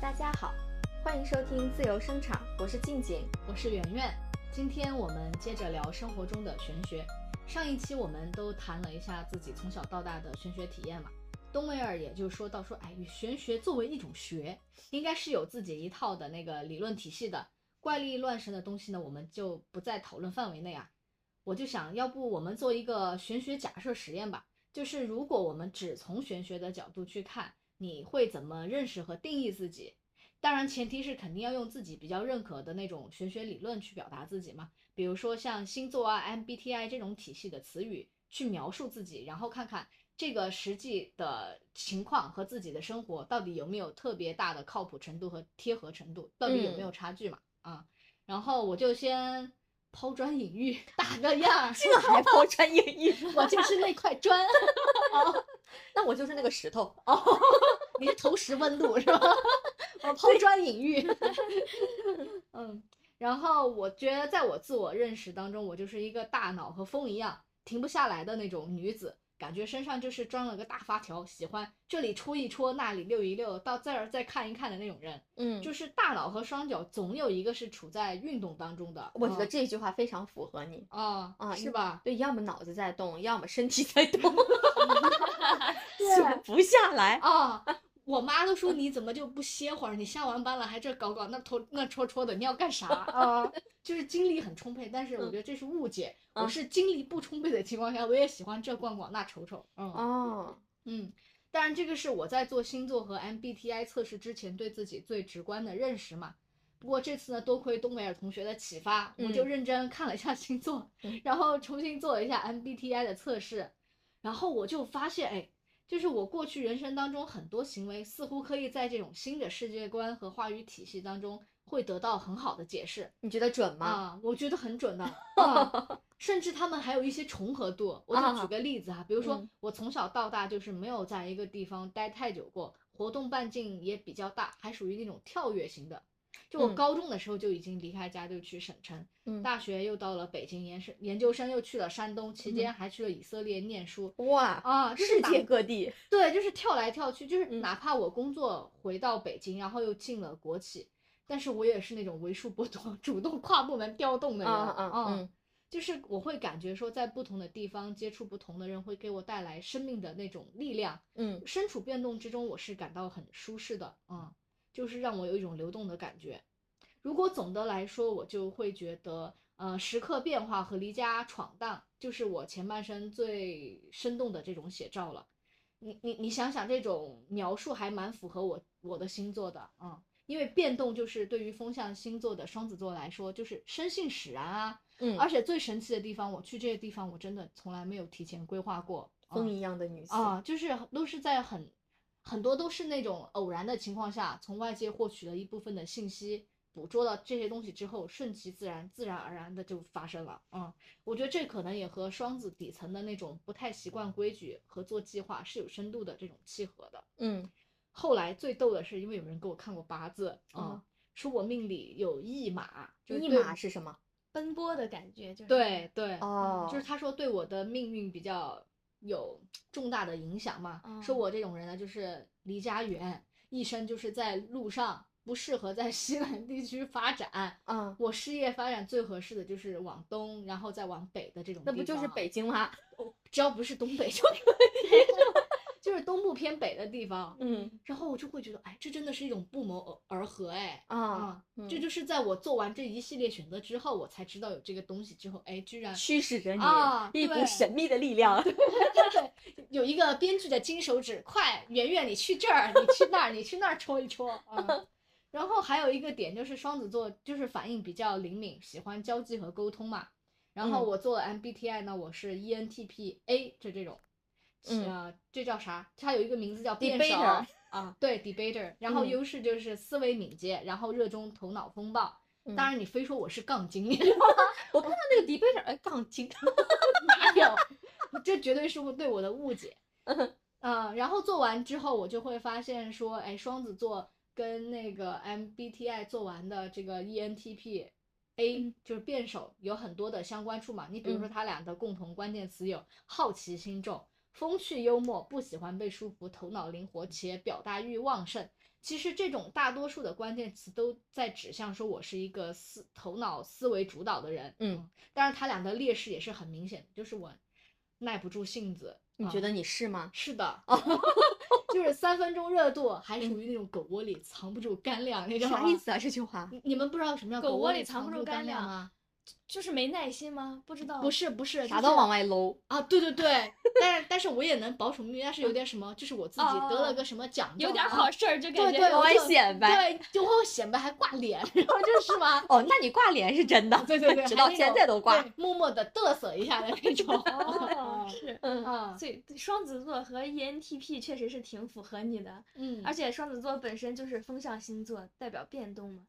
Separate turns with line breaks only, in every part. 大家好，欢迎收听自由生产，我是静静。
我是圆圆。今天我们接着聊生活中的玄学。上一期我们都谈了一下自己从小到大的玄学体验嘛。东维尔也就说到说，哎，玄学作为一种学，应该是有自己一套的那个理论体系的。怪力乱神的东西呢，我们就不在讨论范围内啊。我就想要不我们做一个玄学假设实验吧，就是如果我们只从玄学的角度去看，你会怎么认识和定义自己？当然，前提是肯定要用自己比较认可的那种玄学理论去表达自己嘛，比如说像星座啊、MBTI 这种体系的词语去描述自己，然后看看这个实际的情况和自己的生活到底有没有特别大的靠谱程度和贴合程度，到底有没有差距嘛？啊，然后我就先抛砖引玉，打个样儿，
这个还抛砖引玉，
我就是那块砖，
那我就是那个石头。
你是投石 问路是吧？我抛砖引玉。 嗯，然后我觉得在我自我认识当中，我就是一个大脑和风一样停不下来的那种女子，感觉身上就是装了个大发条，喜欢这里戳一戳，那里溜一溜，到这儿再看一看的那种人。
嗯，就
就是大脑和双脚总有一个是处在运动当中的。
我觉得这句话非常符合你。
啊
啊
是吧？
对，要么脑子在动，要么身体在动，停不下 来。
啊。我妈都说你怎么就不歇会儿？你下完班了还这搞搞那戳那戳戳的，你要干 啥啊？就是精力很充沛，但是我觉得这是误解。
嗯
我是精力不充沛的情况下，我也喜欢这逛逛那瞅瞅。嗯、
哦，
嗯，当然这个是我在做星座和 MBTI 测试之前对自己最直观的认识嘛。不过这次呢，多亏东维尔同学的启发，我就
嗯
认真看了一下星座，
嗯
然后重新做了一下 MBTI 的测试，然后我就发现，哎，就是我过去人生当中很多行为，似乎可以在这种新的世界观和话语体系当中会得到很好的解释。
你觉得准吗？
啊，我觉得很准的 啊，甚至他们还有一些重合度。我就
啊
举个例子哈，比如说、
嗯
我从小到大就是没有在一个地方待太久过，活动半径也比较大，还属于那种跳跃型的。就我
嗯
高中的时候就已经离开家就去省城，
嗯
大学又到了北京，研生研究生又去了山东，期间还去了以色列念书。
哇，
啊，就是
嗯世
哪
界各地，
对，就是跳来跳去，就是
嗯
哪怕我工作回到北京，然后又进了国企，但是我也是那种为数不多 主动跨部门调动的人。
嗯嗯嗯，
就是我会感觉说，在不同的地方接触不同的人，会给我带来生命的那种力量。
嗯
身处变动之中，我是感到很舒适的啊、就是让我有一种流动的感觉。如果总的来说，我就会觉得，呃，时刻变化和离家闯荡，就是我前半生最生动的这种写照了。你你你想想，这种描述还蛮符合我我的星座的啊、因为变动就是对于风象星座的双子座来说，就是生性使然啊。
嗯，
而且最神奇的地方，我去这些地方，我真的从来没有提前规划过。啊
风一样的女子，
啊，就是都是在很很多都是那种偶然的情况下，从外界获取了一部分的信息，捕捉到这些东西之后，顺其自然，自然而然的就发生了。嗯，我觉得这可能也和双子底层的那种不太习惯规矩和做计划是有深度的这种契合的。
嗯
后来最逗的是，因为有人给我看过八字，
哦
嗯，说我命里有驿马，就是
一
对
马是什么？
奔波的感觉，就是
对对，
哦，
就是他说对我的命运比较有重大的影响嘛，
嗯
哦
说我这种人呢，就是离家远，一生就是在路上，不适合在西南地区发展。
嗯，
我事业发展最合适的就是往东，然后再往北的这种地
那
方。
不就是北？京吗？
只要不是东北就可以， 就是东部偏北的地方。
嗯
然后我就会觉得，哎，这真的是一种不谋而而合，哎，
啊，
啊，这
嗯
就是在我做完这一系列选择之后，我才知道有这个东西之后，哎，居然
驱使着你
啊
一股
对
神秘的力量。
有一个编剧的金手指，快，圆圆，你去这儿，你去那儿，你去那儿戳一 戳啊。然后还有一个点就是双子座就是反应比较灵敏，喜欢交际和沟通嘛。然后
嗯
我做了 MBTI 呢，我是 E ENTPA 这这种，
嗯
呃，这叫啥？它有一个名字叫辩手
Debater
啊，对 debater。然后
嗯
优势就是思维敏捷，然后热衷头脑风暴。
嗯
当然，你非说我是杠精，
我看到那个 debater，哎，杠精，
哪有？这绝对是我对我的误解。嗯，然后做完之后，我就会发现说，哎，双子座跟那个 MBTI 做完的这个 E ENTP。A 就是辩手有很多的相关处嘛，你比如说
嗯
他俩的共同关键词有好奇心重、风趣幽默，不喜欢被束缚，头脑灵
嗯
活且表达欲旺盛。其实这种大多数的关键词都在指向说我是一个思头脑思维主导的人。
嗯，
当然他俩的劣势也是很明显的，就是我耐不住性子。
你
啊
觉得你是吗？
是的，
哦
就是三分钟热度，还
嗯
属于那种狗窝里藏不住干粮那种。
啥意？思啊？这句话？
你们不知道什么叫
狗窝
窝
里藏
藏
不
住
住干
粮
粮
吗？
就是没耐心吗？不知道，
不是不是，
啥
就
都
是
往外搂，
啊，对对对，但但是我也能保守秘密，但是有点什么，就是我自己得了个什么奖状啊，
嗯哦有点好事儿就
对
感觉
对，
往
我
外
就
显摆
对，就往外显摆还挂脸，然后就是 嘛，
哦，那你挂脸是真的，
对对 对，
直
还
到
那
现
种
在都挂。
对默默的嘚瑟一下的那种。
哦，是。
嗯，
啊，
所以双子座和 E ENTP 确实是挺符合你的，
嗯，
而且双子座本身就是风象星座，代表变动嘛。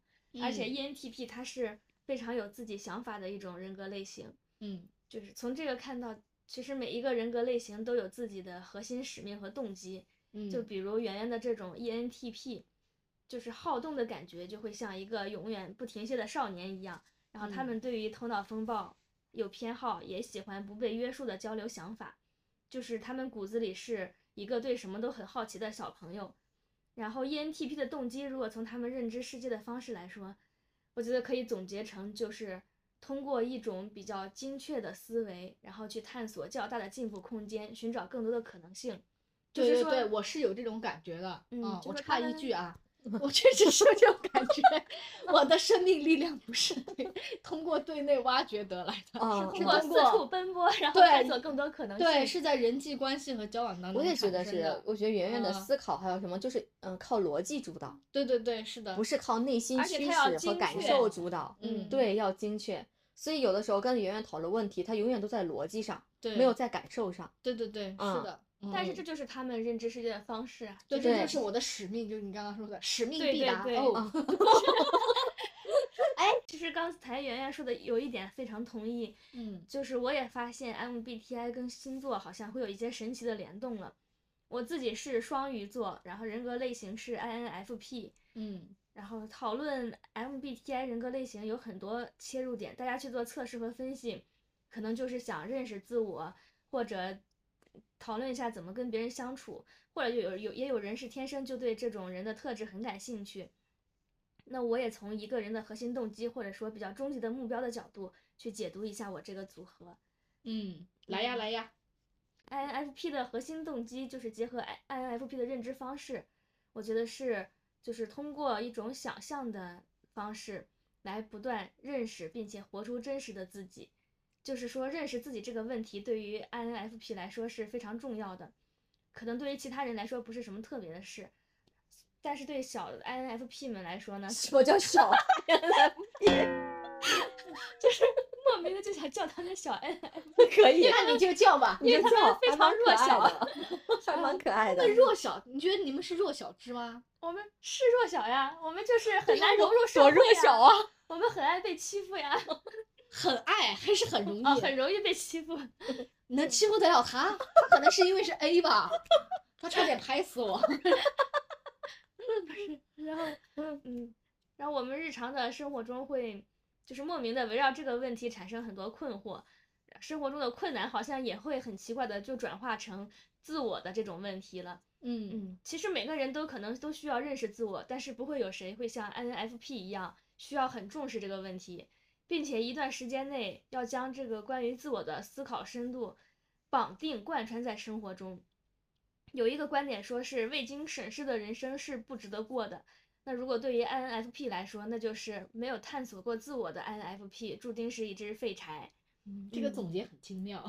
而且 E
嗯
ENTP 它是非常有自己想法的一种人格类型，
嗯
就是从这个看到，其实每一个人格类型都有自己的核心使命和动机。
嗯，
就比如圆圆的这种 E ENTP，就是好动的感觉，就会像一个永远不停歇的少年一样。然后他
嗯
们对于头脑风暴有偏好，也喜欢不被约束的交流想法，就是他们骨子里是一个对什么都很好奇的小朋友。然后 E ENTP 的动机，如果从他们认知世界的方式来说，我觉得可以总结成就是通过一种比较精确的思维，然后去探索较大的进步空间，寻找更多的可能性。就
对
是
对
说
对，我是有这种感觉的。
嗯就
我
是
插
他
一
们
句啊，我确实是有这种感觉， 我的生命力量不是对通过对内挖掘得来的，
嗯
哦是
嗯
哦通过
通
四处
过
奔波，然后
对
探索更多可能性。
对是在人际关系和交往当中
我也觉
产
得
生
是
的，
我觉得圆圆的
嗯
思考还有什么，就是嗯，靠逻辑主导，
对对对，是的，
不是靠内心
而且
驱
他要
使和
精
感
确
受主导。
嗯
对，要精确。所以有的时候跟圆圆讨论问题，她永远都在逻辑上，
对，
没有在感受上。
对对对，是
嗯
的。
但是
嗯
这就是他们认知世界的方式啊。
对，
就是
这就
对
是我的使命，就是你刚刚说的使命
对
必
对
达。
对
哦，
哎，其实刚才圆圆说的有一点非常同意，
嗯
就是我也发现 MBTI 跟星座好像会有一些神奇的联动了。我自己是双鱼座，然后人格类型是 INFP，
嗯
然后讨论 MBTI 人格类型有很多切入点，大家去做测试和分析，可能就是想认识自我，或者讨论一下怎么跟别人相处，或者有有也有人是天生就对这种人的特质很感兴趣。那我也从一个人的核心动机，或者说比较终极的目标的角度去解读一下我这个组合。
嗯，来呀
嗯
来呀，
INFP 的核心动机就是结合 I- INFP 的认知方式，我觉得是就是通过一种想象的方式来不断认识并且活出真实的自己。就是说，认识自己这个问题对于 INFP 来说是非常重要的，可能对于其他人来说不是什么特别的事，但是对小的 INFP 们来说呢，
什么叫小
莫名的就想叫他们小 N，
可以？
那你就叫 吧。
你
因
就
为他
叫
们非
还
常
蛮可
弱
爱
小嗯
的还蛮可爱的
那。弱小，你觉得你们是弱小之吗？
我们是弱小呀，我们就是很
对呀
难融
我
入社
多
会
弱小
啊，我们很爱被欺负呀。
很爱还是很容易？
啊，很容易被欺负。
你能欺负得了他？他可能是因为是 A 吧，他差点拍死我。
然 后，嗯，然后我们日常的生活中会，就是莫名的围绕这个问题产生很多困惑，生活中的困难好像也会很奇怪的就转化成自我的这种问题了。
嗯，
嗯，其实每个人都可能都需要认识自我，但是不会有谁会像 INFP 一样需要很重视这个问题，并且一段时间内要将这个关于自我的思考深度绑定贯穿在生活中。有一个观点说是未经审视的人生是不值得过的。那如果对于 INFP 来说，那就是没有探索过自我的 INFP 注定是一只废柴。
这个
嗯
总结很精妙。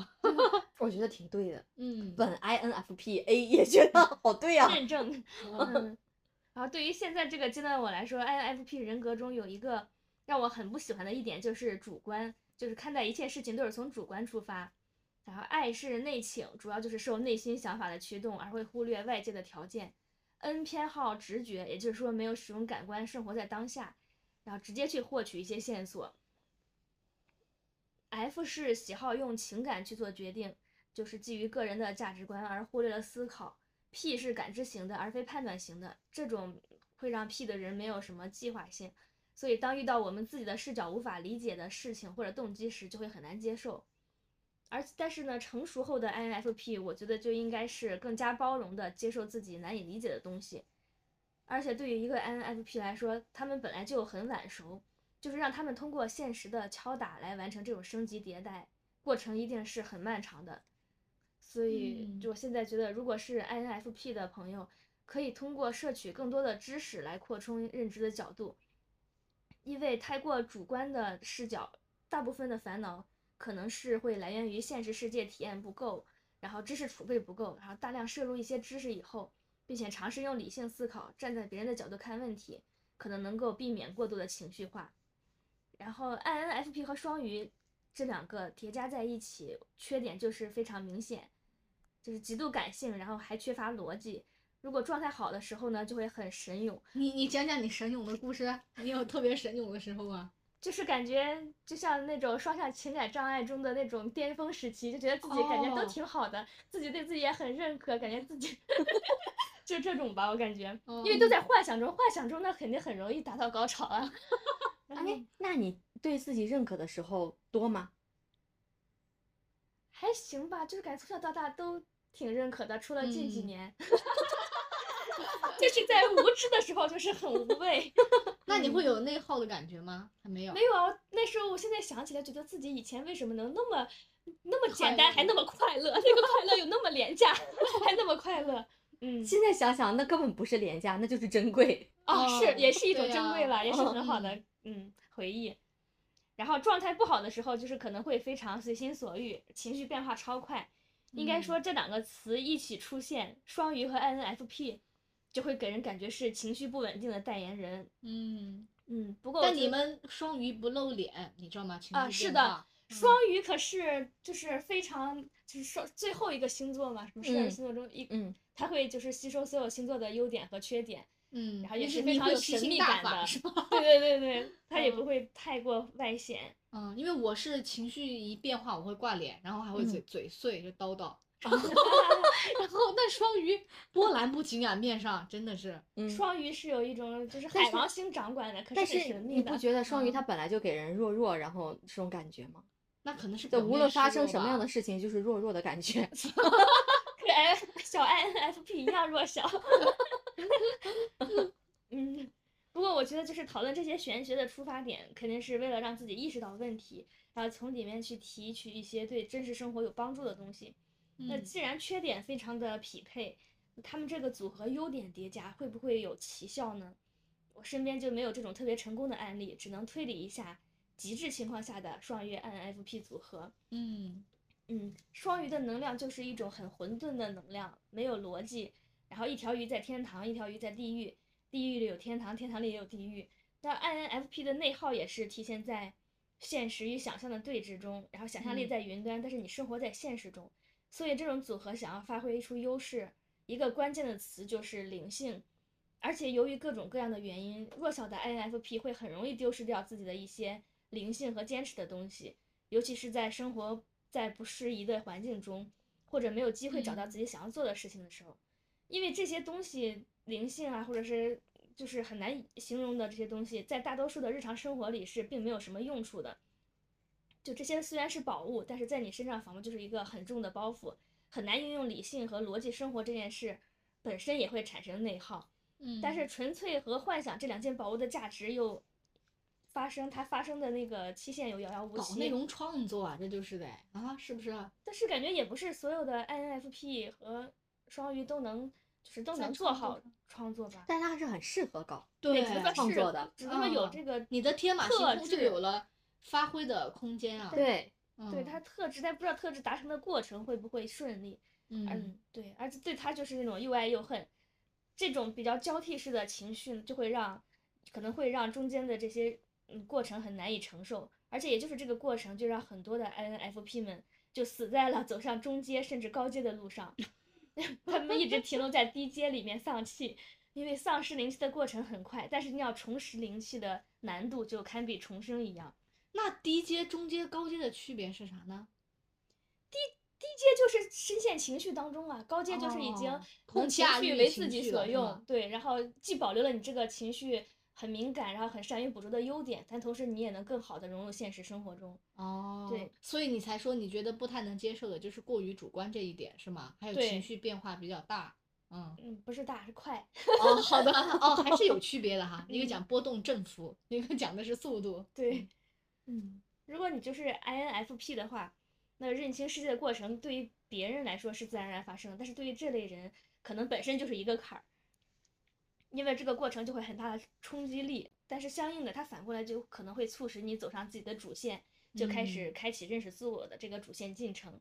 我觉得挺对的。
嗯，
本 INFP A 也觉得好对呀、啊
啊
认证。
嗯
嗯， 然后对于现在这个阶段我来说，INFP 人格中有一个让我很不喜欢的一点就是主观，就是看待一切事情都是从主观出发。然后 I 是内倾，主要就是受内心想法的驱动，而会忽略外界的条件。N 偏好直觉，也就是说没有使用感官，生活在当下，然后直接去获取一些线索。F 是喜好用情感去做决定，就是基于个人的价值观而忽略了思考。P 是感知型的，而非判断型的，这种会让 P 的人没有什么计划性，所以当遇到我们自己的视角无法理解的事情或者动机时，就会很难接受。而但是呢，成熟后的 INFP，我觉得就应该是更加包容的接受自己难以理解的东西。而且对于一个 INFP 来说，他们本来就很晚熟，就是让他们通过现实的敲打来完成这种升级迭代，过程一定是很漫长的。所以，
嗯
就我现在觉得，如果是 INFP 的朋友，可以通过摄取更多的知识来扩充认知的角度，因为太过主观的视角，大部分的烦恼可能是会来源于现实世界体验不够，然后知识储备不够，然后大量摄入一些知识以后，并且尝试用理性思考，站在别人的角度看问题，可能能够避免过度的情绪化。然后 INFP 和双鱼这两个叠加在一起，缺点就是非常明显，就是极度感性，然后还缺乏逻辑。如果状态好的时候呢，就会很神勇，
你你讲讲你神勇的故事，啊你有特别神勇的时候啊吗？
就是感觉就像那种双向情感障碍中的那种巅峰时期，就觉得自己感觉
哦
都挺好的自己对自己也很认可，感觉自己就这种吧，我感觉，
哦
因为都在幻想中，幻想中那肯定很容易达到高潮啊。然后
哎，那你对自己认可的时候多吗？
还行吧，就是感觉从小到大都挺认可的，除了近几
嗯
年， 就是在无知的时候就是很无畏。
那你会有内耗的感觉吗？还没有，
嗯没有啊，那时候我现在想起来，觉得自己以前为什么能那么那么简单，
快
还
乐
那么快乐？ 那个快乐有那么廉价， 还那么快乐。嗯，
现在想想，那根本不是廉价，那就是珍贵。
哦，
哦
是也是一种
对
珍贵
呀
了，也是很好的
嗯
嗯回忆。然后状态不好的时候，就是可能会非常随心所欲，情绪变化超快。应该
嗯
说这两个词一起出现，双鱼和 INFP，就会给人感觉是情绪不稳定的代言人。
嗯，
嗯，不过我
但
觉
你
得
们双鱼不露脸，你知道吗？情
啊
绪
是
变
的
化，
双鱼可是就是非常就是说最后一个星座嘛，什么十二
嗯
星座中一，
嗯，
它会就是吸收所有星座的优点和缺 点，
嗯，
然后也
你
是非
你
常
会
有
吸
神
星
秘
大
感
法
的
是吧？
对对对对， 它也
嗯
不会太过外显。
嗯，因为我是情绪一变化，我会挂脸，然后还会嘴、嘴碎，就叨叨。 然后那双鱼波澜不惊啊，面上真的是，
嗯
双鱼是有一种就是
但
海
是
王星掌管的，可
但
很神
是
秘
你
的
不。觉得双鱼
嗯
它本来就给人弱弱，然后这种感觉吗？
那可能是
就
表
无
面
论发
示
生
弱
什么样
吧
的事情，就是弱弱的感 觉。
可爱小 INFP 一样弱小。 嗯，不过我觉得就是讨论这些玄学的出发点，肯定是为了让自己意识到问题，然后从里面去提取一些对真实生活有帮助的东西。那
嗯
既然缺点非常的匹配，他们这个组合优点叠加会不会有奇效呢？我身边就没有这种特别成功的案例，只能推理一下极致情况下的双鱼 INFP 组合。
嗯
嗯，双鱼的能量就是一种很混沌的能量，没有逻辑。然后一条鱼在天堂，一条鱼在地狱，地狱里有天堂，天堂里也有地狱。那 INFP 的内耗也是体现在现实与想象的对峙中，然后想象力
嗯
在云端，但是你生活在现实中。所以这种组合想要发挥出优势，一个关键的词就是灵性。而且由于各种各样的原因，弱小的 INFP 会很容易丢失掉自己的一些灵性和坚持的东西。尤其是在生活在不适宜的环境中，或者没有机会找到自己想要做的事情的时候，因为这些东西灵性啊，或者是就是很难以形容的这些东西，在大多数的日常生活里是并没有什么用处的。就这些虽然是宝物，但是在你身上仿佛就是一个很重的包袱，很难应用理性和逻辑生活这件事本身也会产生内耗。
嗯，
但是纯粹和幻想这两件宝物的价值又发生，它发生的那个期限又遥遥无
搞
期。
内容创作啊，这就是得啊，是不是啊？
但是感觉也不是所有的 INFP 和双鱼都能，就是都
在
能做
创作
好创作吧。
但它还是很适合搞。
对，只不过
创
是
作的
只不过有
嗯
这个
你的天马行
特
空就
质
有了发挥的空间啊。，
对，
对
嗯、
它特质，但不知道特质达成的过程会不会顺利。
嗯，
嗯，对，而且对他就是那种又爱又恨，这种比较交替式的情绪就会让，可能会让中间的这些嗯过程很难以承受，而且也就是这个过程就让很多的 INFP 们就死在了走上中阶甚至高阶的路上， 他们一直停留在低阶里面丧气，因为丧失灵气的过程很快，但是你要重拾灵气的难度就堪比重生一样。
那低阶、中阶、高阶的区别是啥呢？
低阶就是深陷情绪当中啊，高阶就是已经
哦
能
控
情
制
绪
欲
为
情
自己
绪
所
了是吗
用，对，然后既保留了你这个情绪很敏感，然后很善于捕捉的优点，但同时你也能更好的融入现实生活中。
哦，
对，
所以你才说你觉得不太能接受的就是过于主观这一点是吗？还有
对
情绪变化比较大，嗯，
嗯，不是大是快，
哦，好的，哦，还是有区别的哈，一个
嗯
讲波动振幅，一个讲的是速度，
对，
嗯，
如果你就是 INFP 的话，那认清世界的过程对于别人来说是自然而然发生的，但是对于这类人，可能本身就是一个坎儿，因为这个过程就会很大的冲击力。但是相应的，它反过来就可能会促使你走上自己的主线，就开始
嗯
开启认识自我的这个主线进程。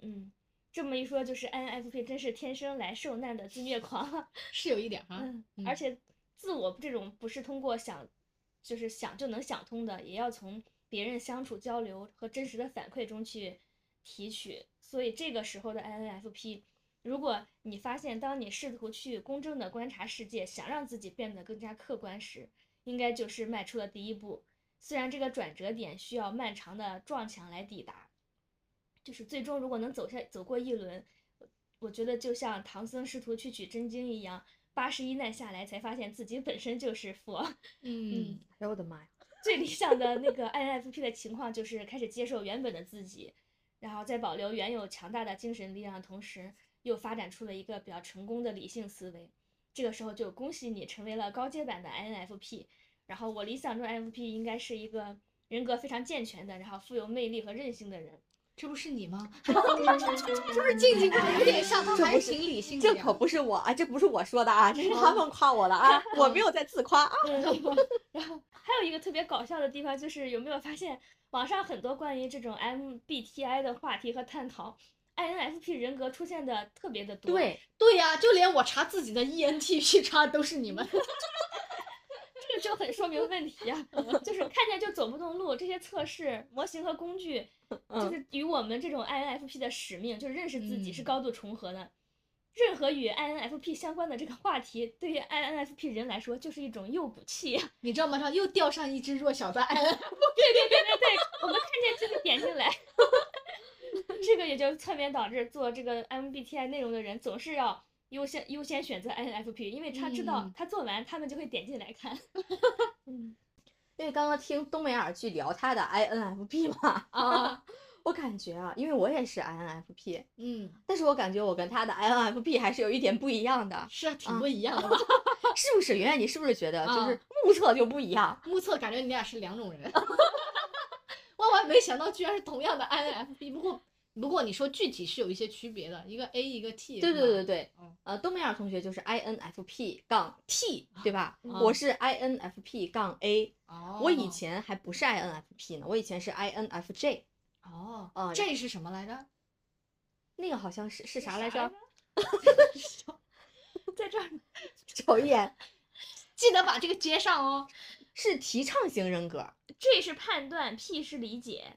嗯，这么一说，就是 INFP 真是天生来受难的自虐狂。
是有一点哈，
嗯，而
嗯
且自我这种不是通过想，就是想就能想通的，也要从别人相处、交流和真实的反馈中去提取。所以这个时候的 INFP，如果你发现当你试图去公正的观察世界，想让自己变得更加客观时，应该就是迈出了第一步。虽然这个转折点需要漫长的撞墙来抵达，就是最终如果能走下走过一轮，我觉得就像唐僧试图去取真经一样，八十一难下来才发现自己本身就是佛。
嗯
嗯，
哎呦我的妈呀，
最理想的那个 INFP 的情况就是开始接受原本的自己，然后在保留原有强大的精神力量的同时，又发展出了一个比较成功的理性思维。这个时候就恭喜你成为了高阶版的 INFP。然后我理想中 INFP 应该是一个人格非常健全的，然后富有魅力和韧性的人。
这不是你 吗？这不是静静吗？有点像，他
这
还
不是
挺理性的
这
呀
可不是我啊，这不是我说的啊，这是他们夸我了 啊，我没有在自夸啊。
嗯， 然后还有一个特别搞笑的地方就是，有没有发现网上很多关于这种 MBTI 的话题和探讨，INFP 人格出现的特别的多。，
对呀、就连我查自己的 E ENTP 查都是 你们。
这个就很说明问题啊，就是看见就走不动路，这些测试模型和工具，就
嗯
是与我们这种 INFP 的使命，就是认识自己是
嗯
高度重合的。任何与 INFP 相关的这个话题，对于 INFP 人来说就是一种诱捕器。
你知道吗？上又钓上一只弱小 的 I，
对对，我们看见就是点进来。这个也就侧面导致做这个 MBTI 内容的人总是要优先优先选择 INFP，因为他知道
嗯
他做完，他们就会点进来看。嗯
因为刚刚听东美尔去聊他的 INFP 嘛，
啊，
我感觉啊，因为我也是 INFP，
嗯，
但是我感觉我跟他的 INFP 还是有一点不一样的，
是啊，挺
啊
不一样的吧？
是不是？圆圆，你是不是觉得就
啊
是目测就不一样？
目测感觉你俩是两种人， 万万没想到居然是同样的 INFP。不过不过你说具体是有一些区别的，一个 A 一个 T。
对对对
对，
对
嗯，
呃，东美尔同学就是 INFP 杠 T 对吧？
啊
我是 INFP 杠 A，
哦，
我以前还不是 INFP 呢，我以前是 INFJ，
哦
啊
这是什么来着？
那个好像是是啥
啥
来
来
着
着？在这儿呢，
瞅一眼，
记得把这个接上哦。
是提倡型人格。
这是判断，P 是理解，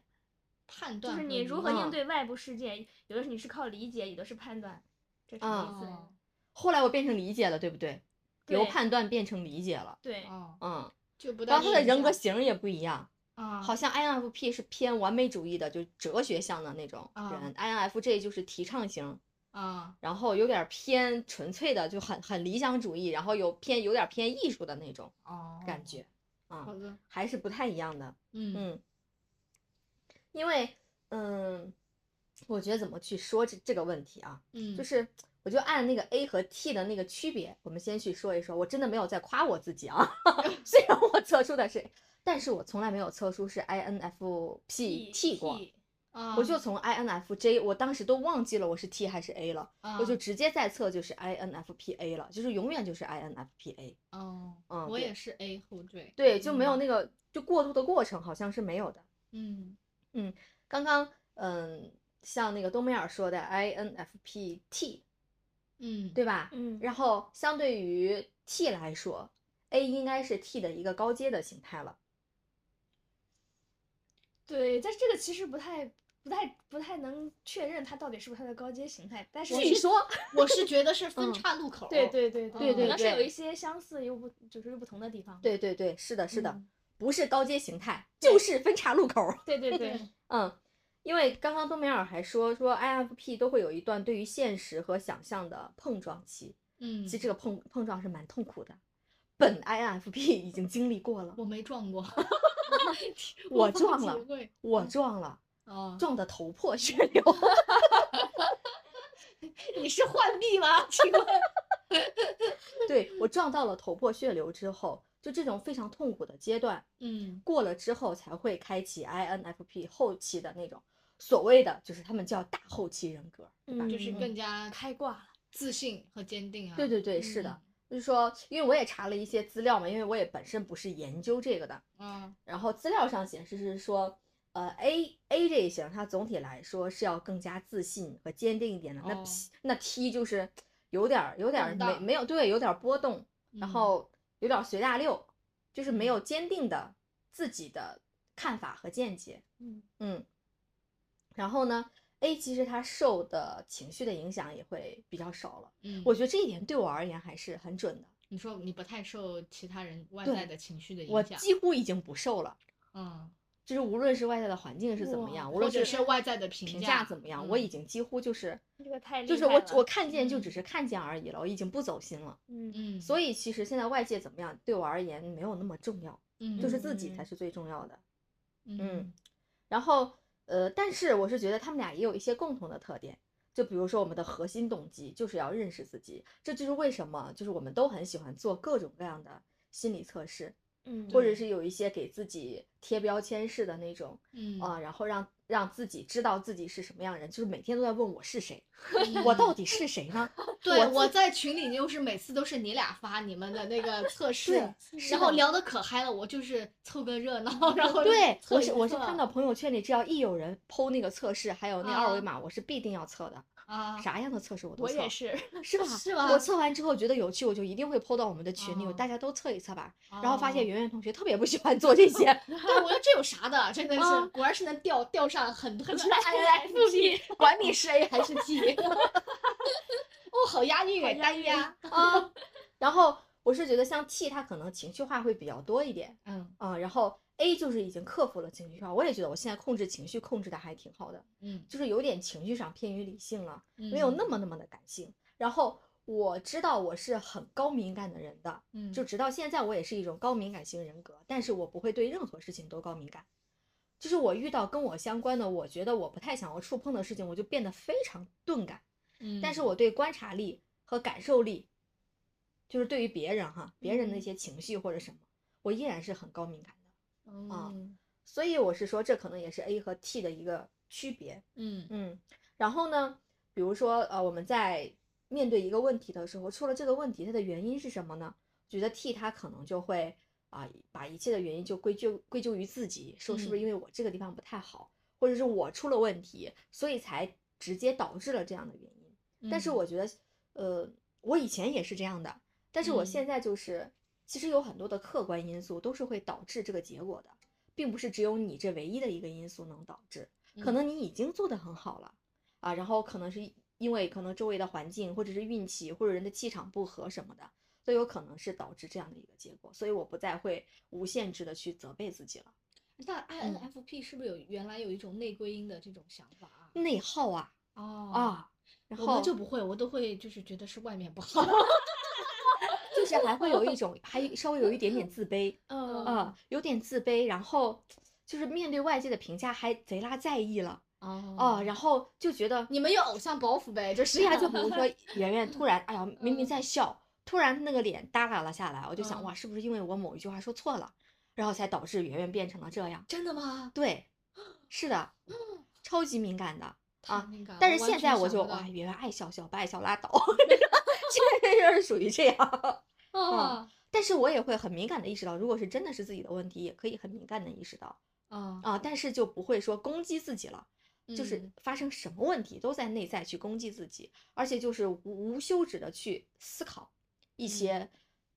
判
就
断
是
和
你
理
如何应
嗯
对外部世界，有的是你是靠理解，有的是判断，这是什么意思来着
哦？
后来我变成理解了，对不对？由
对
判断变成理解了。
对，
哦，
嗯，
就不
然
但
后他的人格型也不一样，
啊，
好像 INFP 是偏完美主义的，就哲学向的那种人、i n f j 就是提倡型，
啊，
然后有点偏纯粹的，就很很理想主义，然后有偏有点偏艺术的那种
哦，
感觉，啊、
好的，
还是不太一样的。
嗯
嗯，因为嗯，我觉得怎么去说这这个问题啊，
嗯，
就是是我就按那个 A 和 T 的那个区别，我们先去说一说。我真的没有在夸我自己啊， 虽然我测出的是，但是我从来没有测出是 INFPT 过，
啊，
我就从 INFJ，我当时都忘记了我是 T 还是 A 了，
啊
我就直接再测就是 INFPA 了，就是永远就是 INFPA。
哦，
嗯，
我
对
也是 A 后缀，
对，就没有
嗯
那个就过渡的过程，好像是没有的。
嗯
刚刚嗯，像那个东美尔说的 INFPT，
嗯，
对吧？
嗯，
然后相对于 T 来说，A 应该是 T 的一个高阶的形态了。
对，但是这个其实不太、不太、不太能确认它到底是不是它的高阶形态，但是
据说，
我是觉得是分
嗯
岔路口，
对对对
对对
可能是有
哦对
一些相似又不就是又不同的地方。
对对对，是的，是的，
嗯
不是高阶形态，
对
就是分岔路口儿。
对 对对，
嗯，因为刚刚东美尔还说说 INFP 都会有一段对于现实和想象的碰撞期，
嗯，
其实这个碰碰撞是蛮痛苦的。本 INFP 已经经历过了，
我没撞过，
我
放
撞
弃
了
会
我撞了，
哦，
撞得头破血流。
你是浣碧吗？ 请问，
对我撞到了头破血流之后，就这种非常痛苦的阶段
嗯
过了之后，才会开启 INFP 后期的那种所谓的，就是他们叫大后期人格，对吧？
嗯
就是更加
开挂了。
自信和坚定啊。
对对对，是的。就是说，因为我也查了一些资料嘛，因为我也本身不是研究这个的，
嗯，
然后资料上显示是说，呃，A A 这一型，它总体来说是要更加自信和坚定一点的。那
哦
P 那 T 就是有点儿有点儿
动
没
荡
没有对，有点儿波动，
嗯，
然后有点儿随大溜，就是没
嗯
有坚定的自己的看法和见解。
嗯
嗯，然后呢，A 其实它受的情绪的影响也会比较少了。
嗯，
我觉得这一点对我而言还是很准的，
你说你不太受其他人外
对
在的情绪的
我
影响，
几乎已经不受了。
嗯，
就是无论是外在的环境是怎么
哇
样，无
或
论
者
是
是外在的
评
评
价怎么样，我已经几乎就是
这个太
就
厉
是
害
我
了
我看见就只
嗯
是看见而已了，我已经不走心了。
嗯
嗯，
所
以
以其实现在外界怎么样对我而言没有那么重要，就是自己才
嗯
是最重要的。
嗯
然后呃，但是我是觉得他们俩也有一些共同的特点。就比如说，我们的核心动机就是要认识自己，这就是为什么就是我们都很喜欢做各种各样的心理测试，
嗯，
或者
对
是有一些给自己贴标签式的那种
嗯
啊、然后让让自己知道自己是什么样的人，就是每天都在问我是 谁，
嗯
我到底是谁呢？
对，
自
我在群里就是每次都是你俩发你们的那个测试，
是
然后
的
聊得可嗨了，我就是凑个热闹，然后
对，
测
我
一
是我是
测
看到朋友圈里，只要一有人剖那个测试，还有那二维
啊
码，我是必定要测的。
啊，
啥样的测试我都
我
测，
也是，
是吧？
是
我
吧
测完之后觉得有趣，我就一定会剖到我们的群里，我大
哦
家都测一测吧。然后发现
哦
圆圆同学特别不喜欢做这 些，
对，我说这有啥的，真的
啊
是，果然是能钓钓上很多的
INFP
管你是 A 还 是 T，哦，好押韵
好
哎，
押
单
韵
押，
啊。然后我是觉得像 T，他可能情绪化会比较多一点
嗯
啊。然后 A 就是已经克服了情绪化，我也觉得我现在控制情绪控制的还挺好的，
嗯，
就是有点情绪上偏于理性了。没
没
有那么那么的感性。然后我知道我是很高敏感的人的，
嗯
就直到现在我也是一种高敏感型人格，但是我不会对任何事情都高敏感。就是我遇到跟我相关的，我觉得我不太想要触碰的事情，我就变得非常钝感。
嗯，
但是我对观察力和感受力，就是对于别人哈，别人的一
嗯
些情绪或者什么，我依然是很高敏感的。啊
嗯
所以我是说，这可能也是 A 和 T 的一个区别。
嗯
嗯，然后呢，比如说呃，我们在面对一个问题的时候，出了这个问题，它的原因是什么呢？觉得 T 他可能就会啊、把一切的原因就归咎归咎于自己，说
嗯
是不是因为我这个地方不太好，或者是我出了问题，所以才直接导致了这样的原因。但是
嗯
我觉得，呃，我以前也是这样的，但是我
嗯
现在就是，其实有很多的客观因素都是会导致这个结果的，并不是只有你这唯一的一个因素能导致，可
嗯
能你已经做得很好了啊，然后可能是因为可能周围的环境或者是运气或者人的气场不合什么的，都有可能是导致这样的一个结果，所以我不再会无限制的去责备自己了，嗯
那 INFP 是不是有原来有一种内归因的这种想法啊？
内耗啊
哦
啊，然
我
后
们就不会，我都会就是觉得是外面不 好。
就是还会有一种还稍微有一点点自卑。
嗯
啊、有点自卑，然后就是面对外界的评价还贼拉在意了啊、
哦
然后就觉得
你们有偶像包袱呗，这是
对呀、 就比如说圆圆突然，哎呀，明明
嗯
在笑，突然那个脸耷拉了下来，我就想，
嗯
哇，是不是因为我某一句话说错了，然后才导致圆圆变成了这样？
真的吗？
对，是的，超级敏感的。啊
太敏感了，
但是
嗯完
现
全
在我
想
就哎
不到
哇，圆圆爱笑笑，不爱笑拉倒， 现在就是属于这样。
啊
但是我也会很敏感的意识到，如果是真的是自己的问题，也可以很敏感的意识到。
啊，
啊，但是就不会说攻击自己了，就是
嗯
发生什么问题都在内在去攻击自己，而且就是无无休止的去思考一些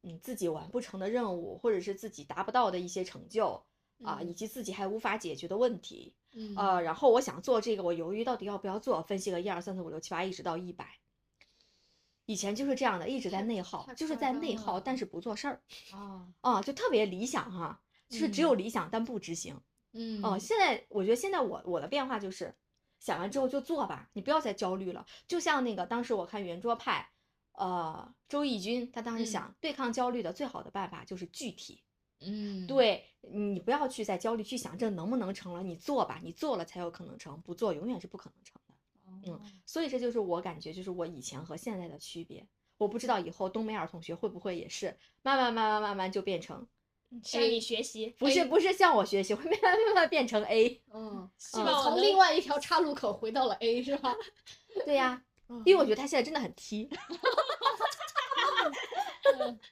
嗯自己完不成的任务，或者是自己达不到的一些成就啊，以
嗯
及自己还无法解决的问题。
嗯
呃，然后我想做这个，我犹豫到底要不要做，分析个一二三四五六七八，一直到一百。以前就是这样的，一直在
太
内耗
太，
就是
夸
在
张
内
了
耗，但是不做事儿
啊
啊，就特别理想哈、就是只有
嗯
理想但不执行。
嗯
哦，现在我觉得现在我我的变化就是，想完之后就做吧，你不要再焦虑了。就像那个当时我看圆桌派，呃，周轶君他当时
嗯
想，对抗焦虑的最好的办法就是具体。
嗯，
对你不要去再焦虑，去想这能不能成了，你做吧，你做了才有可能成，不做永远是不可能成的。
哦，
所以这就是我感觉，就是我以前和现在的区别。我不知道以后东北尔同学会不会也是慢慢慢慢慢慢就变成，
向你学习，
不
哎
是不是向我学习，会慢慢慢慢变成 A。
嗯，希
嗯
望从另外一条岔路口回到了 A 是吧？
对呀、
嗯
因为我觉得他现在真的很 T。
嗯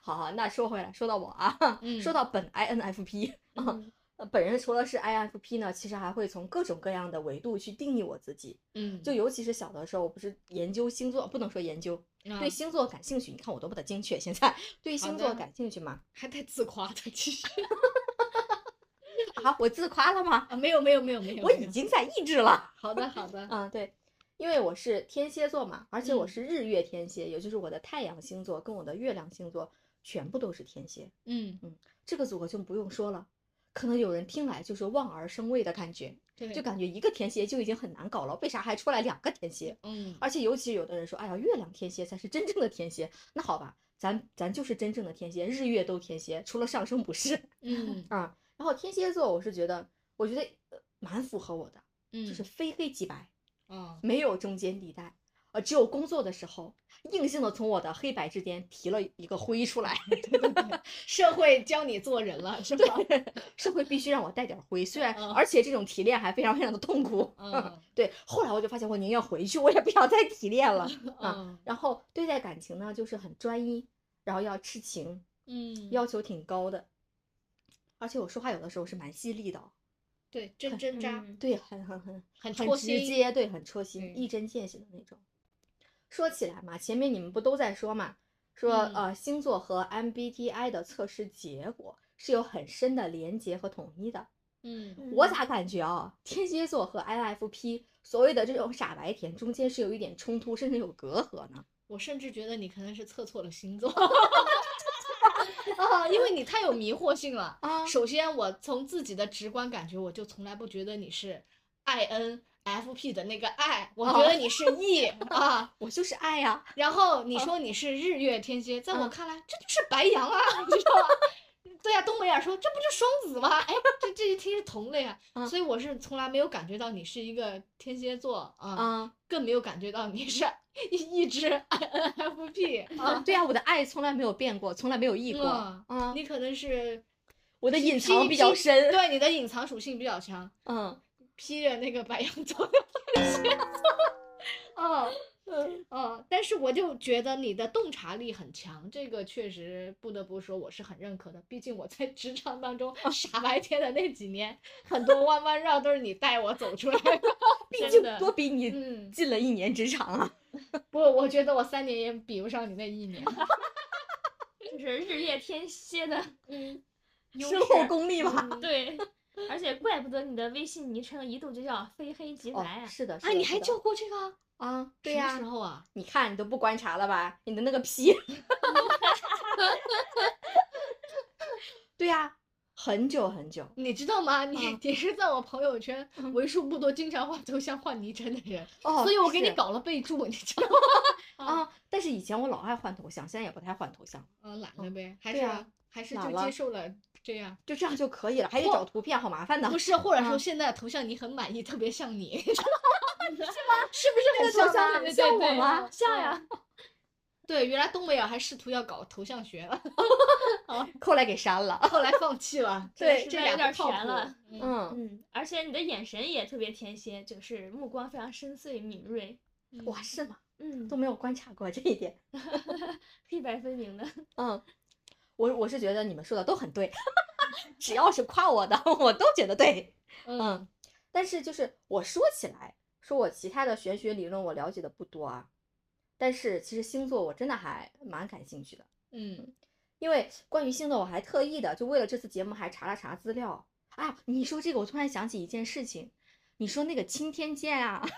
好好，那说回来，说到我啊，
嗯
说到本 INFP，、
嗯
呃 本人除了是 INFP 呢，其实还会从各种各样的维度去定义我自己。
嗯，
就尤其是小的时候，我不是研究星座，不能说研究，对
对，
星座感兴趣。你看我多么的精确，现在 对
嗯好
星
的
座感兴趣 吗？
还太自夸了，其实
啊，我自夸了吗？
啊，没有没有没有没有，
我
没
已
有
经在抑制了。
好的好的，
嗯，对，因为我是天蝎座嘛，而且我
嗯
是日月天蝎，也就是我的太阳星座跟我的月亮星座全部都是天蝎，
嗯，
这个组合就不用说了。可能有人听来就是望而生畏的感觉，
对，
就感觉一个天蝎就已经很难搞了，为啥还出来两个天蝎？
嗯
而且尤其有的人说，哎呀，月亮天蝎才是真正的天蝎。那好吧，咱咱就是真正的天蝎，日月都天蝎，除了上升不是
嗯
啊。然后天蝎座，我是觉得，我觉得呃蛮符合我的，
嗯，
就是非黑即白，
啊，
没有中间地带。呃，只有工作的时候，硬性的从我的黑白之间提了一个灰出 来。
社会教你做人了是吧？
社会必须让我带点儿灰，虽然
嗯
而且这种提炼还非常非常的痛苦。
嗯
对，后来我就发现，我宁愿回去，我也不要再提炼 了。
嗯
然后对待感情呢，就是很专一，然后要痴情，
嗯，
要求挺高的。而且我说话有的时候是蛮犀利的哦，
对真真扎，
嗯
对，很很很
很
很
戳
直
心
接，对，很戳心，
嗯
一针见血的那种。说起来嘛，前面你们不都在说嘛，说
嗯
呃星座和 MBTI 的测试结果是有很深的连结和统一的。
嗯
我咋感觉啊，天蝎座和 INFP 所谓的这种傻白甜中间是有一点冲突，甚至有隔阂呢？
我甚至觉得你可能是测错了 星座， 啊，因为你太有迷惑性了。
啊
首先，我从自己的直观感觉，我就从来不觉得你是 I N F P 的那个 I，我觉得你
哦
是 E 啊。
我就是爱呀、
然后你说你是日月天蝎，在我
哦嗯
看来，这就是白羊啊，你知道吗？ 对呀、东北人说这不就双子吗？哎，这这一听是同类啊，
嗯
所以我是从来没有感觉到你是一个天蝎座啊，
啊、
更没有感觉到你是一一只 I N F P 啊。
对呀、我的爱从来没有变过，从来没有异过。
嗯
啊、
你可能是
我的
拼
隐藏
拼
比较
拼
深。
对你的隐藏属性比较强，
嗯
披着那个白羊座的
哦，
哦，但是我就觉得你的洞察力很强，这个确实不得不说我是很认可的。毕竟我在职场当中傻白甜的那几年，很多弯弯绕都是你带我走出来的。
毕
真
竟
的
多比你
嗯，
进了一年职场啊。
不，我觉得我三年也比不上你那一年。
就是日夜天 蝎的
嗯，
优
生活
势
功力嘛。
嗯
对，而且怪不得你的微信昵称一度就叫“非黑即白”
哦，
啊。
是的，是
哎，
的
你
是
还
的
叫过这个？
啊？对
什么
呀、
时候啊？
你看你都不观察了吧？你的那个 P。对呀、很久很久。
你知道吗？你、
啊
你是在我朋友圈
嗯
为数不多经常换头像换昵称的人，
哦，
所以我给你
是
搞了备注，你知道吗？
啊。但是以前我老爱换头像，现在也不太换头像，
嗯，懒了呗，还
对
是、
啊
还是
懒
就接
了
受了这样。
就这样就可以了，还得
或
找图片，好麻烦的。
不是，或者说
啊
现在头像你很满意，特别像你， 是吗？是不是
那个
很
头
像
像
啊
很
对
像
对
我
对
吗
嗯
像呀，
对，原来东北尔啊还试图要搞头像学，
后来给删了。
后来放弃了。真的
对
是
这
这
有
俩
点
不靠
悬
谱
了。
嗯
嗯，
嗯，而且你的眼神也特别天蝎，就是目光非常深邃敏锐。
哇，是吗？
嗯
都，没有观察过这一点。
黑白分明的。
嗯，我我是觉得你们说的都很对， 只要是夸我的， 我都觉得对。
嗯，
但是就是我说起来，说我其他的玄学理论我了解的不多啊，但是其实星座我真的还蛮感兴趣的，
嗯
因为关于星座我还特意的就为了这次节目还查了查资料啊。你说这个，我突然想起一件事情，你说那个钦天监啊， 《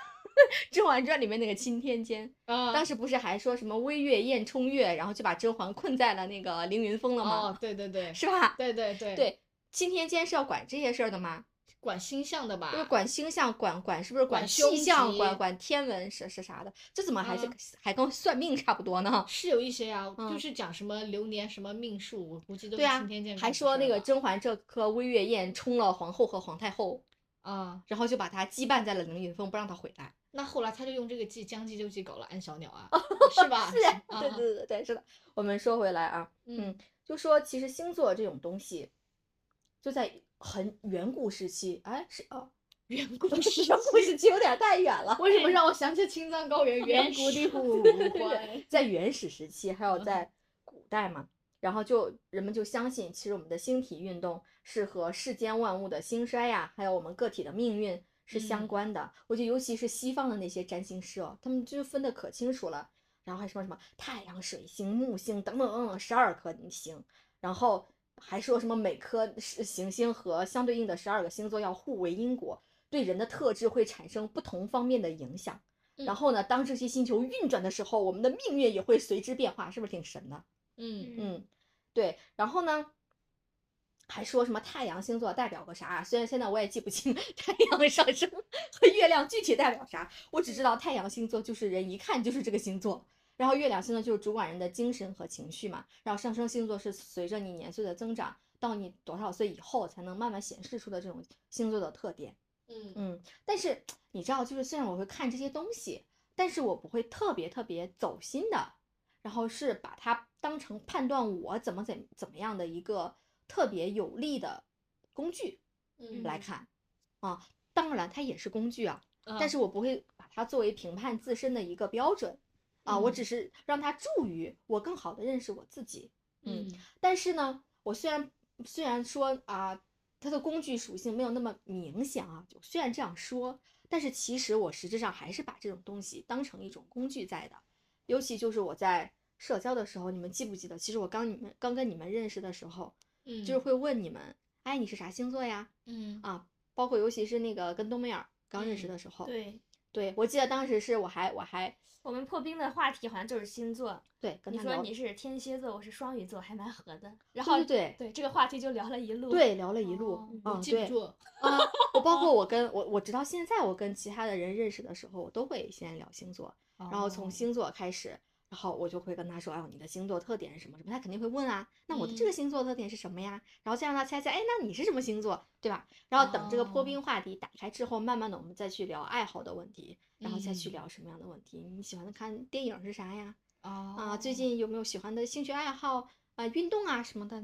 甄嬛传》里面那个钦天监，
啊，
当时不是还说什么微月宴冲月，然后就把甄嬛困在了那个凌云峰了吗？
嗯哦，对对对，
是吧？
对对对，
对，钦天监是要管这些事儿的吗？
管星象的吧？
就是管星象，管管是不是
啊管
气
凶
象，
吉
管管天文啥啥啥的，这怎么还是、
嗯
还跟算命差不多呢？
是有一些呀、就
嗯
是讲什么流年什么命数，我估计都是
对啊
今天见，
还说那个甄嬛这颗微月宴冲了皇后和皇太后，
啊、
然后就把她羁绊在了凌云峰，不让她回来。
那后来他就用这个计将计就计搞了安小 鸟啊，是吧？
是啊，
啊
对对对对，是的。我们说回来啊，
嗯
嗯，就说其实星座这种东西，就在很远古时期，哎，是哦，
远 古时
远古时期有点太远了。
为什么让我想起青藏高 原远
原
古的
始
古怪？
在原始时期，还有
嗯
在古代嘛，然后就人们就相信，其实我们的星体运动是和世间万物的兴衰呀、还有我们个体的命运是相
嗯
关的。我觉得尤其是西方的那些占星师哦，他们就分得可清楚了，然后还什么什么太阳、水星、木星等等等等十二颗星，然后还说什么每颗是行星和相对应的十二个星座要互为因果。对人的特质会产生不同方面的影响，
嗯
然后呢，当这些星球运转的时候，我们的命运也会随之变化，是不是挺神的？
嗯，
嗯，对。然后呢，还说什么太阳星座代表个啥？虽然现在我也记不清 太阳上升和月亮具体代表啥，我只知道太阳星座就是人一看就是这个星座，然后月亮星座就是主管人的精神和情绪嘛，然后上升星座是随着你年岁的增长，到你多少岁以后才能慢慢显示出的这种星座的特点。
嗯
嗯，但是你知道，就是虽然我会看这些东西，但是我不会特别特别走心的，然后是把它当成判断我怎么怎怎么样的一个特别有利的工具
嗯
来看啊。当然，它也是工具啊，
啊
但是我不会把它作为评判自身的一个标准啊，我
嗯
只是让它助于我更好的认识我自己。
嗯
但是呢，我虽然虽然说啊，它的工具属性没有那么明显啊，就虽然这样说，但是其实我实质上还是把这种东西当成一种工具在的。尤其就是我在社交的时候，你们记不记得？其实我刚你们刚跟你们认识的时候，
嗯
就是会问你们，哎，你是啥星座呀？
嗯
啊，包括尤其是那个跟冬梅尔刚认识
嗯
的时候，
对
对我记得当时是我还我还
我们破冰的话题好像就是星座，
对跟
你
他
说
聊，
你是天蝎座，我是双鱼座，还蛮合的。然后
对对对
对这个话题就聊了一路。
对聊了一路，
哦我
嗯，
记不
对
住
啊，我包括我跟我我直到现在，我跟其他的人认识的时候，我都会先聊星座，然后从
哦
星座开始，然后我就会跟他说，哎呦，你的星座特点是什么什么，他肯定会问啊，那我的这
嗯
个星座特点是什么呀？然后再让他猜猜，哎，那你是什么星座，对吧？然后等这个
哦
破冰话题打开之后，慢慢的我们再去聊爱好的问题，然后再去
嗯
聊什么样的问题，你喜欢的看电影是啥呀？
啊
啊，最近有没有喜欢的兴趣爱好啊，运动啊什么的，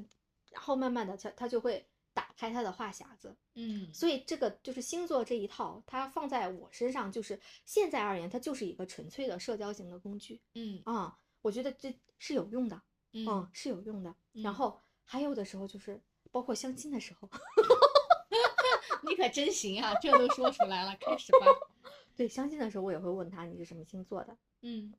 然后慢慢的他他就会打开他的话匣子。
嗯
所以这个就是星座这一套，它放在我身上，就是现在而言，它就是一个纯粹的社交型的工具
嗯
啊、我觉得这是有用的，嗯，
嗯
是有用的。
嗯
然后还有的时候就是，包括相亲的时候，
你可真行啊，这都说出来了，开始吧。
对相亲的时候，我也会问他你是什么星座的。
嗯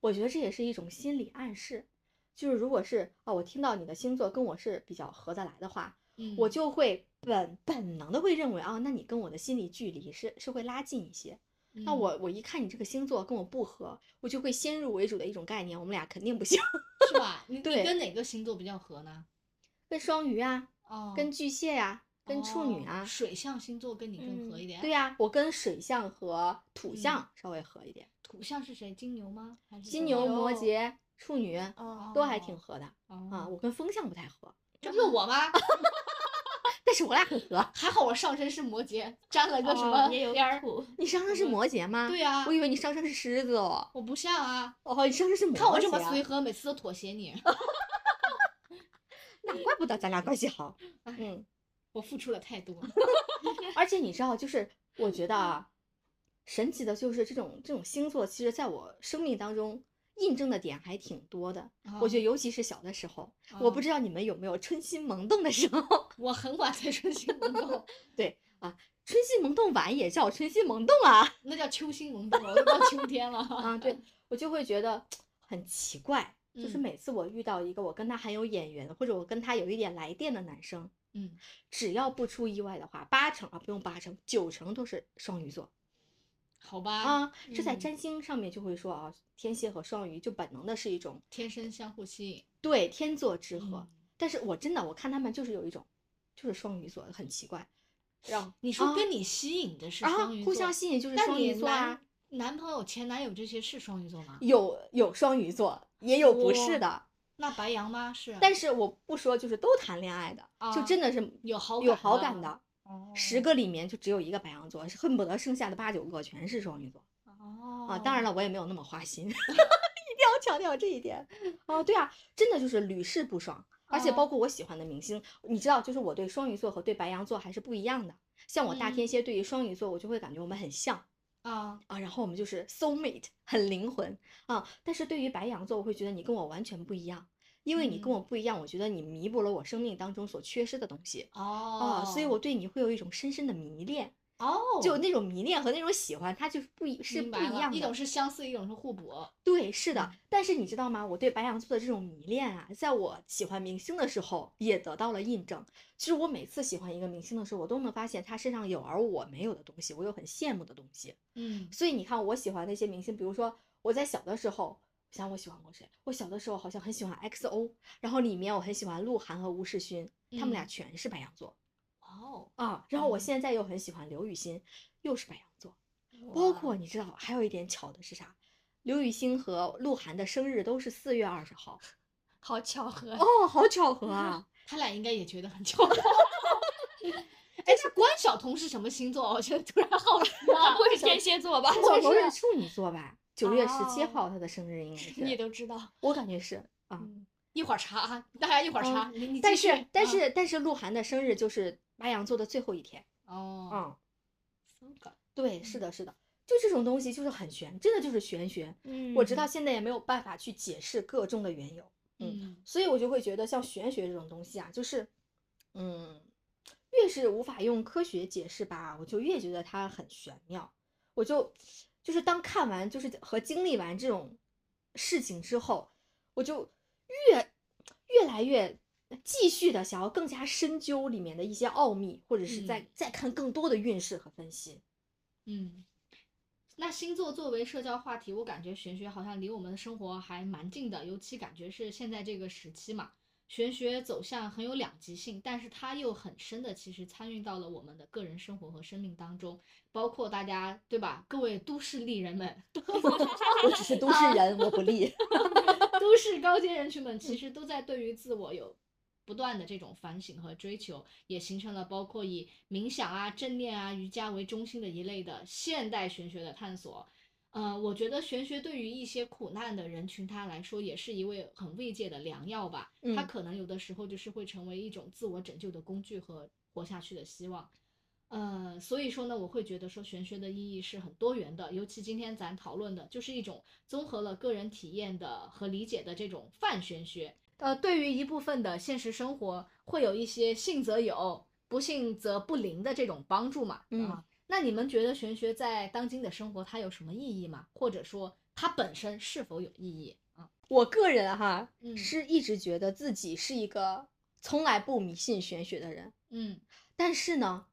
我觉得这也是一种心理暗示，就是如果是啊、我听到你的星座跟我是比较合得来的话，
嗯，
我就会本本能的会认为啊，那你跟我的心理距离是是会拉近一些。那
嗯
我我一看你这个星座跟我不合，我就会先入为主的一种概念，我们俩肯定不行。
是吧？你你
对
跟哪个星座比较合呢？
跟双鱼啊，
哦，
跟巨蟹呀、跟处女
哦
啊，
水象星座跟你更合
嗯
一点。
对，呀、我跟水象和土
嗯
象稍微合一点，
土象是谁？金牛吗？还是
金
什么
牛、摩
牛
羯、处女
哦，
都还挺
哦
合的啊。
哦，
我跟风象不太合，
这不就我吗？
但是我俩很合。
还好我上身是摩羯，沾了个什
哦
么
也有
边儿。
土，
你上升是
我
摩羯吗？
嗯对呀
啊我，以为你上升是狮子哦。
我不像啊，
哦，你上升是摩羯、啊。
看我这么随和，每次都妥协你，
那怪不得咱俩关系好。
哎
嗯，
我付出了太多。
而且你知道，就是我觉
嗯
得啊，神奇的就是这种这种星座，其实在我生命当中印证的点还挺多的。
啊
我觉得，尤其是小的时候，我不
哦
知道你们有没有春心萌动的时候
啊我很晚才说星座，
啊，春心萌动晚也叫春心萌动啊
那叫秋心萌动，我都到秋天了。
啊，对我就会觉得很奇怪。就是
嗯
每次我遇到一个我跟他很有眼缘，或者我跟他有一点来电的男生，
嗯，
只要不出意外的话，八成啊不用八成，九成都是双鱼座。
好吧，
啊，这在
嗯
占星上面就会说啊，天蝎和双鱼就本能的是一种
天生相互吸引。
对天作之合。
嗯
但是我真的我看他们就是有一种，就是双鱼座很奇怪，让
你说
啊
跟你吸引的是
啊
双鱼座，
互相吸引就是
那
双
你
鱼座啊，
男男朋友、前男友这些是双鱼座吗？
有有双鱼座，也有不是
哦
的。
那白羊吗？是，
但是我不说，就是都谈恋爱的，就
啊
真的是
有好
有
感
好
的
感的，
哦
十个里面就只有一个白羊座，是恨不得剩下的八九个全是双鱼座
哦
啊。当然了，我也没有那么花心，一 定要强调这一点。哦，对啊，真的就是屡试不爽，而且包
哦
括我喜欢的明星，你知道，就是我对双鱼座和对白羊座还是不一样的。像我大天
嗯
蝎对于双鱼座，我就会感觉我们很像。
啊，
啊，然后我们就是 soul mate，很灵魂啊。但是对于白羊座，我会觉得你跟我完全不一样，因为你跟
嗯
我不一样，我觉得你弥补了我生命当中所缺失的东西
哦
啊，所以我对你会有一种深深的迷恋，
哦，
就那种迷恋和那种喜欢，它就是不一是
明
不
白
一
了
样
一
的
种。是相似，一种是互补。
对，是的
嗯。
但是你知道吗？我对白羊座的这种迷恋啊，在我喜欢明星的时候也得到了印证。其实我每次喜欢一个明星的时候，我都能发现他身上有而我没有的东西，我有很羡慕的东西。
嗯
所以你看，我喜欢那些明星，比如说我在小的时候，想我喜欢过谁？我小的时候好像很喜欢 XO，然后里面我很喜欢鹿晗和吴世勋，他们俩
嗯
全是白羊座
哦，
啊。然后我
嗯
现在又很喜欢刘雨昕，又是白羊座。包
哇
括你知道，还有一点巧的是啥？刘雨昕和鹿晗的生日都是四月二十号，
好巧合。
哦， 好巧合啊！
他俩应该也觉得很巧。 哎，那关晓彤是什么星座？我觉得突然好奇啊
他
了。
不会是天蝎座吧？
关
就
晓彤
啊是
是处女座吧？九月十七
哦
号她的生日应该
你
是，
都知道，
我感觉是啊。
嗯一会儿查啊，大家一会儿查。
嗯
你你
但
继续
是但
啊
是但是鹿晗的生日就是白羊座的最后一天，
哦，
嗯，
搜个
对，是的，是的，就这种东西就是很玄，真的就是玄学。
嗯，
我直到现在也没有办法去解释个中的缘由，
嗯
所以我就会觉得像玄学这种东西啊，就是，嗯，越是无法用科学解释吧，我就越觉得它很玄妙。我就就是当看完就是和经历完这种事情之后，我就越越来越继续的想要更加深究里面的一些奥秘，或者是再、
嗯
再看更多的运势和分 析。
嗯。那星座作为社交话题，我感觉玄学好像离我们的生活还蛮近的，尤其感觉是现在这个时期嘛，玄学走向很有两极性，但是它又很深的其实参与到了我们的个人生活和生命当中，包括大家对吧？各位都市丽人们，
我只是都市人，我不 立。
都市高阶人群们其实都在对于自我有不断的这种反省和追求，也形成了包括以冥想啊、正念啊、瑜伽为中心的一类的现代玄学的探索。呃，我觉得玄学对于一些苦难的人群，它来说也是一味很慰藉的良药吧。它
嗯
可能有的时候就是会成为一种自我拯救的工具和活下去的希望。呃，所以说呢，我会觉得说玄学的意义是很多元的，尤其今天咱讨论的就是一种综合了个人体验的和理解的这种泛玄学。呃，对于一部分的现实生活，会有一些信则有，不信则不灵的这种帮助嘛。
嗯
啊，那你们觉得玄学在当今的生活它有什么意义吗？或者说它本身是否有意义啊？
我个人哈，
嗯
是一直觉得自己是一个从来不迷信玄学的人，
嗯，
但是呢，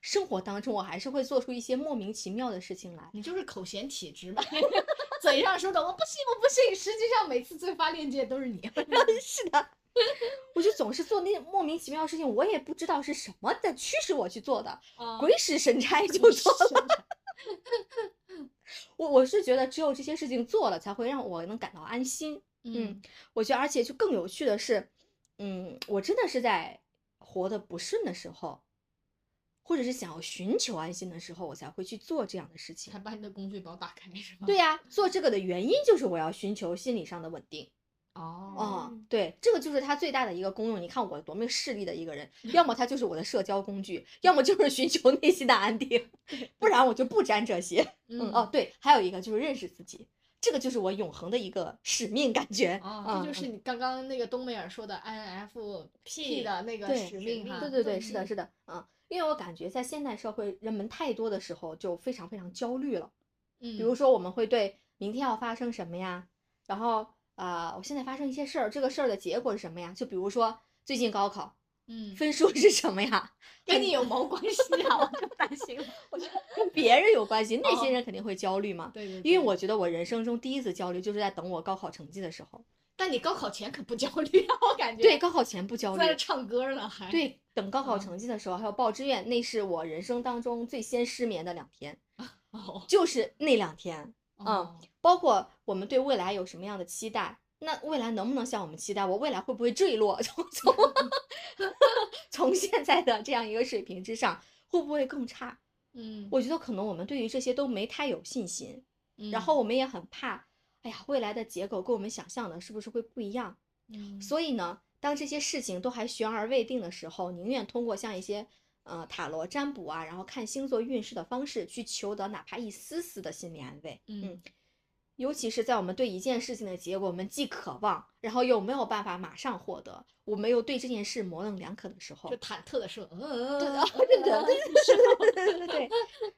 生活当中我还是会做出一些莫名其妙的事情来。
你就是口嫌体直嘛， 嘴上说的我不信我不信，实际上每次最发链接都是你。
是的，我就总是做那些莫名其妙的事情，我也不知道是什么在驱使我去做的，
啊
呃鬼使神差 就做了。
了。
我我是觉得只有这些事情做了，才会让我能感到安心。
嗯
我觉得，而且就更有趣的是，嗯，我真的是在活得不顺的时候，或者是想要寻求安心的时候，我才会去做这样的事情
才。把你的工具包打开是吧？
对、呀、做这个的原因就是我要寻求心理上的稳定。
哦，
啊、
嗯
对，这个就是它最大的一个功用。你看我多么势利的一个人，要么它就是我的社交工具，要么就是寻求内心的安 定，不然我就不沾这些。嗯，哦，，对，还有一个就是认识自己，这个就是我永恒的一个使命感觉。
哦，这
嗯
就是你刚刚那个冬梅尔说的 INFP
P
的那个
对
使
使
命哈。
对对对，是的，是的，嗯，因为我感觉在现代社会，人们太多的时候就非常非常焦虑了。
嗯，
比如说，我们会对明天要发生什么呀，然后啊、呃我现在发生一些事儿，这个事儿的结果是什么呀？就比如说最近高考
嗯，
分数是什么呀？
跟你有毛关系 啊？我就担心了。
跟别人有关系，那
哦
些人肯定会焦虑嘛。
对对，
因为
对
我，觉得我人生中第一次焦虑就是在等我高考成绩的时候，
但你高考前可不焦虑啊，我感觉
对，高考前不焦嗯
在这
虑，
唱歌呢还。
对，等高考成绩的时候还有报志愿，那是我人生当中最先失眠的两天，
哦，
就是那两天。
哦，
包括我们对未来有什么样的期待，那未来能不能像我们期待？我未来会不会坠落？ 从从从现在的这样一个水平之上，会不会更差？
嗯，
我觉得可能我们对于这些都没太有信心，然
嗯
后我们也很怕，哎呀，未来的结果跟我们想象的是不是会不一样？
嗯
所以呢，当这些事情都还悬而未定的时候，宁愿通过像一些呃塔罗占卜啊，然后看星座运势的方式去求得哪怕一丝丝的心理安慰。
嗯
尤其是在我们对一件事情的结果，我们既渴望，然后又没有办法马上获得，我们又对这件事模棱两可的时候
就，忐忑的说，嗯，
哦对
嗯
啊对对对对对对对对，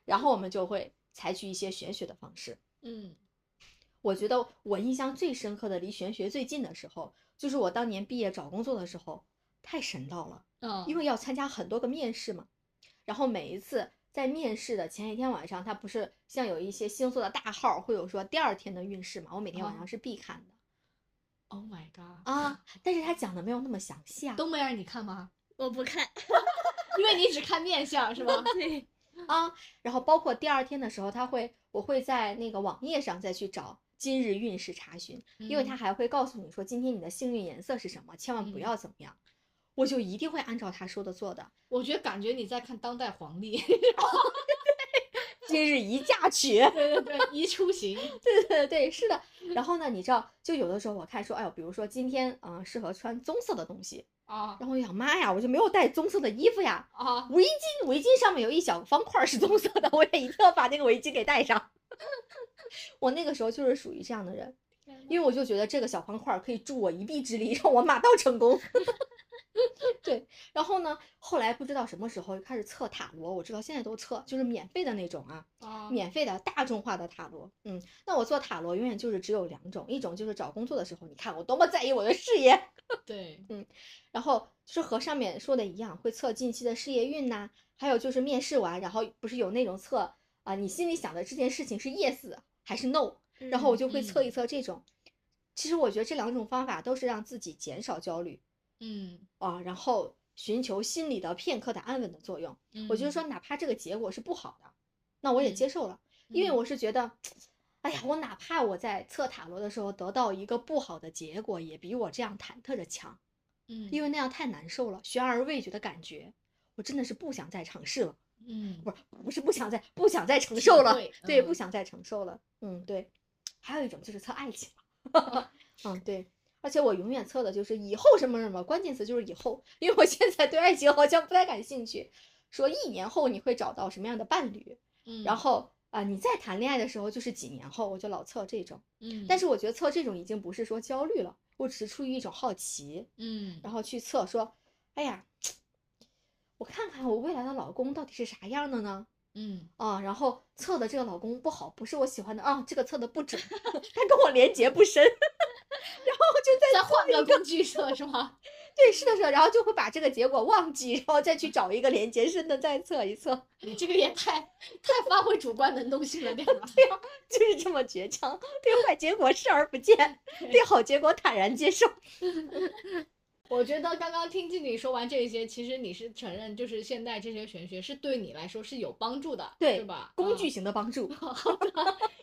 然后我们就会采取一些玄学的方式。
嗯
我觉得我印象最深刻的离玄学最近的时候，就是我当年毕业找工作的时候，太神道了，
嗯，
因为要参加很多个面试嘛，然后每一次。在面试的前一天晚上，它不是像有一些星座的大号会有说第二天的运势嘛？我每天晚
哦
上是必看的，
Oh my god，
啊，但是他讲的没有那么详细啊
冬梅儿你看吗？
我不看，
因为你只看面相是吧？
对，
啊，然后包括第二天的时候，他会我会在那个网页上再去找今日运势查询，因为他
嗯
还会告诉你说今天你的幸运颜色是什么，千万不
嗯
要怎么样。我就一定会按照他说的做 的，
我觉得感觉你在看当代皇帝，
今日宜嫁娶，
对对 对，宜出行，
对对对，是的。然后呢，你知道，就有的时候我看说，哎呦，比如说今天嗯、呃适合穿棕色的东西，
啊
然后我想妈呀，我就没有带棕色的衣服呀，
啊，
围巾，围巾上面有一小方块儿是棕色的，我也一定要把那个围巾给戴上。 我那个时候就是属于这样的人，因为我就觉得这个小方块儿可以助我一臂之力，让我马到成功。 对，然后呢，后来不知道什么时候开始测塔罗，我知道现在都测，就是免费的那种啊，
啊
免费的大众化的塔罗。嗯，那我做塔罗永远就是只有两种，一种就是找工作的时候，你看我多么在意我的事业，
对，
然后就是和上面说的一样，会测近期的事业运呐、还有就是面试完，然后不是有那种测啊、你心里想的这件事情是 yes 还是 no，然
嗯
后我就会测一测这种。其实我觉得这两种方法都是让自己减少焦虑
嗯，
啊，然后寻求心理的片刻的安稳的作用。我就是
嗯
说，，哪怕这个结果是不好的，那我也
嗯
接受了，因为
嗯
我是觉得。哎呀，我哪怕我在测塔罗的时候得到一个不好的结果，也比我这样忐忑着强。
嗯，
因
为
为那样太难受了，悬而未决的感觉，我真的是不想再尝试了，
嗯
不是不是不想再不想再承
体
受了，
会
对，不
嗯
想再承受了，嗯，对。还有一种就是测爱情，
哦
嗯，对。而且我永远测的就是以后什么什么，关键词就是以后，因为我现在对爱情好像不太感兴趣。说一年后你会找到什么样的伴侣，
嗯，
然后啊、你再谈恋爱的时候就是几年后，我就老测这种。
嗯，
但是我觉得测这种已经不是说焦虑了，我只是出于一种好奇，
嗯
然后去测说，哎呀，我看看我未来的老公到底是啥样的呢？
嗯
啊，然后测的这个老公不好，不是我喜欢的啊，这个测的不 准，他跟我连结不深， 然后就在
再换个工具色是吗？
对是的是的，然后就会把这个结果忘记，然后再去找一个连结深的再测一测，
你这个也太太发挥主观能动性了 点儿吧？
就是这么倔强，对坏结果视而不见，对好结果坦然接受。
我觉得刚刚听静静说完这些，其实你是承认，就是现在这些玄学是对你来说是有帮助的，
对
对吧？
工
嗯
具型的帮助，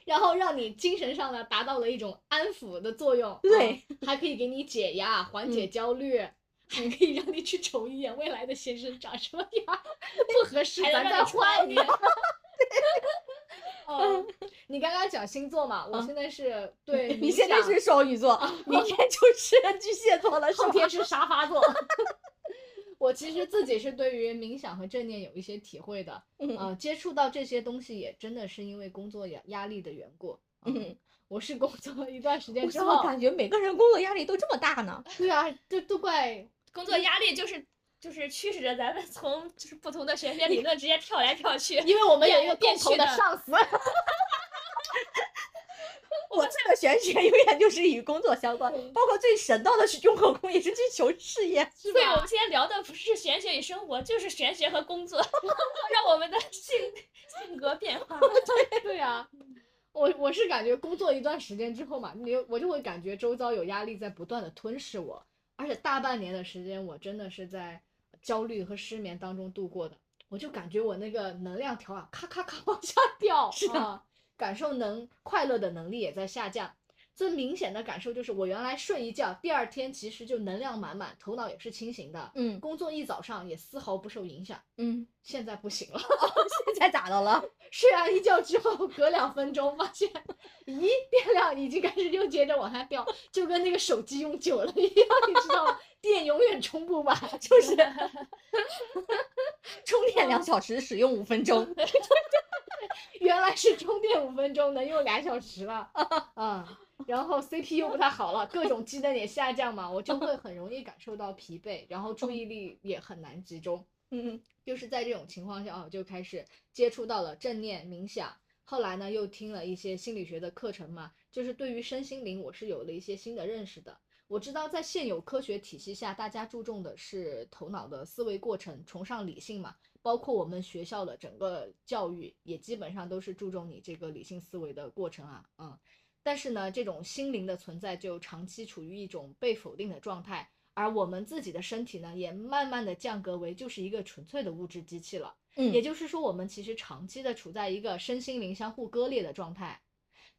然后让你精神上呢达到了一种安抚的作用，
对
啊还可以给你解压、缓解焦虑，还可以让你去瞅一眼未来的先生长什么样， 不合适
还能
咱再
让你
换一
挑
个。 哦，你刚刚讲星座嘛，我
嗯
现在 是对
你现在
冥想
是双鱼座，明天就是 巨蟹座了，是
后
吧？
天
嗯
是沙发座。我其实自己是对于冥想和正念有一些体会的，
嗯
呃，接触到这些东西也真的是因为工作压压力的缘故。啊
嗯，
我是工作了一段时间
我
之
怎么
后，
感觉每个人工作压力都这么大呢？
对啊，这都怪
工作压力就是就是驱使着咱们从就是不同的玄学理论直接跳来跳 去。
因为我们有一个
变来
共
变
同
去
的
的
上司。
我这个玄学永远就是与工作相关，
嗯
包括最神道的是雍和宫也是去求事业。
所以我们今天聊的不是玄学与生活，就是玄学和工作， 让我们的性性格变化。
对啊，我我是感觉工作一段时间之后嘛，你我就会感觉周遭有压力在不断的吞噬我，而且大半年的时间我真的是在焦虑和失眠当中度过的。我就感觉我那个能量条啊，咔咔咔往 下掉，
是的
啊感受能快乐的能力也在下降。最明显的感受就是，我原来睡一觉，第二天其实就能量满满，头脑也是清醒的，
嗯
工作一早上也丝毫不受影响。
嗯，
现在不行了，
现在咋的了？
睡完一觉之后，隔两分钟发现，咦，电量已经开始又接着往下掉，就跟那个手机用久了一样，你知道吗？电永远充不满，就是
充电两小时，使用五分 钟。
原来是充电五分钟能用俩小时 了啊、然后 CPU 不太好了，各种机能也下降嘛，我就会很容易感受到疲惫，然后注意力也很难集中。
嗯
就是在这种情况下，我哦就开始接触到了正念冥想。后来呢，又听了一些心理学的课程嘛，就是对于身心灵，我是有了一些新的认识的。我知道在现有科学体系下，大家注重的是头脑的思维过程，崇尚理性嘛，包括我们学校的整个教育也基本上都是注重你这个理性思维的过程啊，嗯。但是呢，这种心灵的存在就长期处于一种被否定的状态，而我们自己的身体呢，也慢慢的降格为就是一个纯粹的物质机器了。
嗯
也就是说，我们其实长期的处在一个身心灵相互割裂的状态。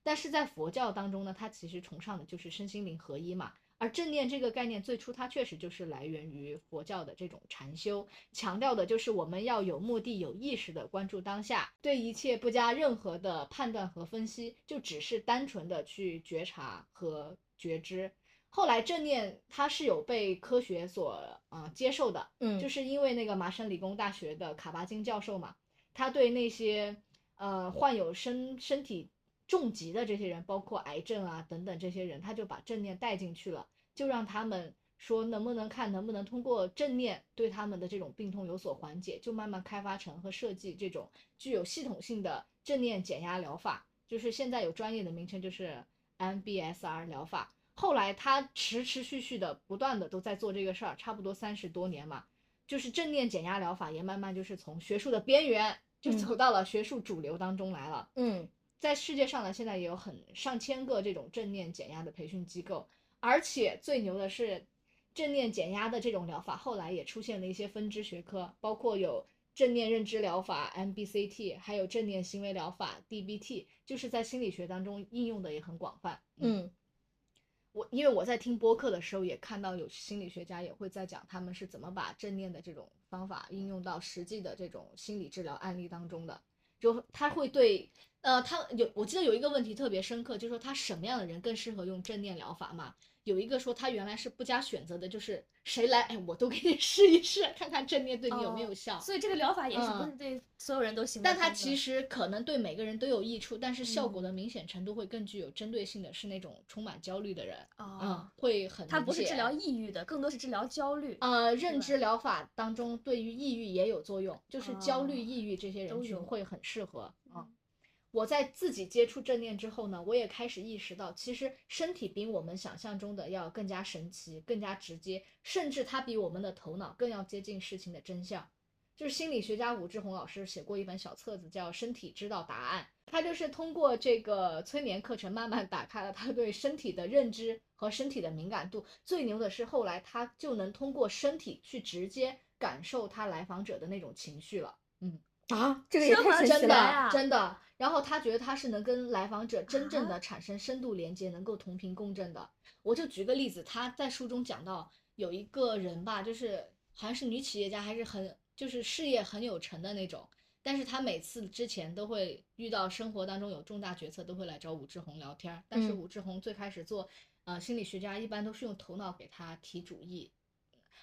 但是在佛教当中呢，它其实崇尚的就是身心灵合一嘛。而正念这个概念，最初它确实就是来源于佛教的这种禅修，强调的就是我们要有目的、有意识的关注当下，对一切不加任何的判断和分析，就只是单纯的去觉察和觉知。后来正念它是有被科学所啊、呃接受的，
嗯，
就是是因为那个麻省理工大学的卡巴金教授嘛，他对那些呃患有身身体重疾的这些人，包括癌症啊等等这些人，他就把正念带进去了，就让他们说能不能看能不能通过正念对他们的这种病痛有所缓解，就慢慢开发成和设计这种具有系统性的正念减压疗法，就是现在有专业的名称就是 MBSR 疗法。后来他持持续续的不断的都在做这个事儿，差不多三十多年嘛。就是正念减压疗法也慢慢就是从学术的边缘就
嗯
走到了学术主流当中来了。
嗯
在世界上呢，现在也有很上千个这种正念减压的培训机构，而且最牛的是，正念减压的这种疗法后来也出现了一些分支学科，包括有正念认知疗法 （MBCT），还有正念行为疗法 （DBT），就是在心理学当中应用的也很广泛。
嗯
我因为我在听播客的时候，也看到有心理学家也会在讲他们是怎么把正念的这种方法应用到实际的这种心理治疗案例当中的。就他会对，呃，他有我记得有一个问题特别深刻，就是说他什么样的人更适合用正念疗法嘛？有一个说他原来是不加选择的，就是谁来，哎，我都给你 试一试，看看正念对你有没有效。
所以这个疗法也
啊
是不
嗯
是对所有人都行的
但
方法？
它其实可能对每个人都有益处，但是效
嗯
果的明显程度会更具有针对性的，是那种充满焦虑的人，嗯
哦，，
会很
它
理
不是治
解
疗抑郁的，更多是治疗焦虑。
呃，认
吧
知疗法当中对于抑郁也有作用，就是焦虑、
哦
抑郁这些人
都
群
有
会很适合啊
嗯。
我在自己接触正念之后呢，我也开始意识到，其实身体比我们想象中的要更加神奇、更加直接，甚至它比我们的头脑更要接近事情的真相。就是心理学家武志红老师写过一本小册子，叫《身体知道答案》，他就是通过这个催眠课程，慢慢打开了他对身体的认知和身体的敏感度。最牛的是，后来他就能通过身体去直接感受他来访者的那种情绪了。嗯，
啊，这个也
这么
太神奇
真
原
的、
来
了。
啊
真的。然后他觉得他是能跟来访者真正的产生深度连接，能够同频共振的。我就举个例子，他在书中讲到有一个人吧，就是好像是女企业家，还是很就是事业很有成的那种。但是她每次之前都会遇到生活当中有重大决策，都会来找武志红聊天儿。但是
嗯
武志红最开始做呃心理学家，一般都是用头脑给他提主意，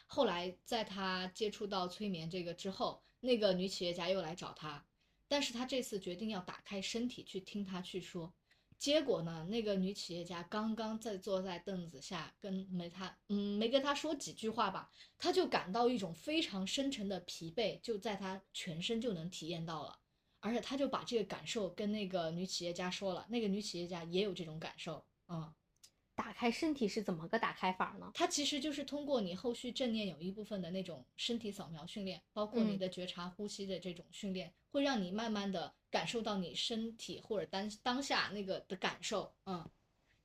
后来在他接触到催眠这个之后，那个女企业家又来找他，但是他这次决定要打开身体去听他去说。结果呢，那个女企业家刚刚在坐在凳子下，跟没他，嗯，没跟他说几句话吧，他就感到一种非常深沉的疲惫，就在他全身就能体验到了。而且他就把这个感受跟那个女企业家说了，那个女企业家也有这种感受，嗯。
打开身体是怎么个打开法呢？
它其实就是通过你后续正念有一部分的那种身体扫描训练，包括你
嗯
的觉察呼吸的这种训练，会让你慢慢的感受到你身体或者当当下那个的感受，嗯。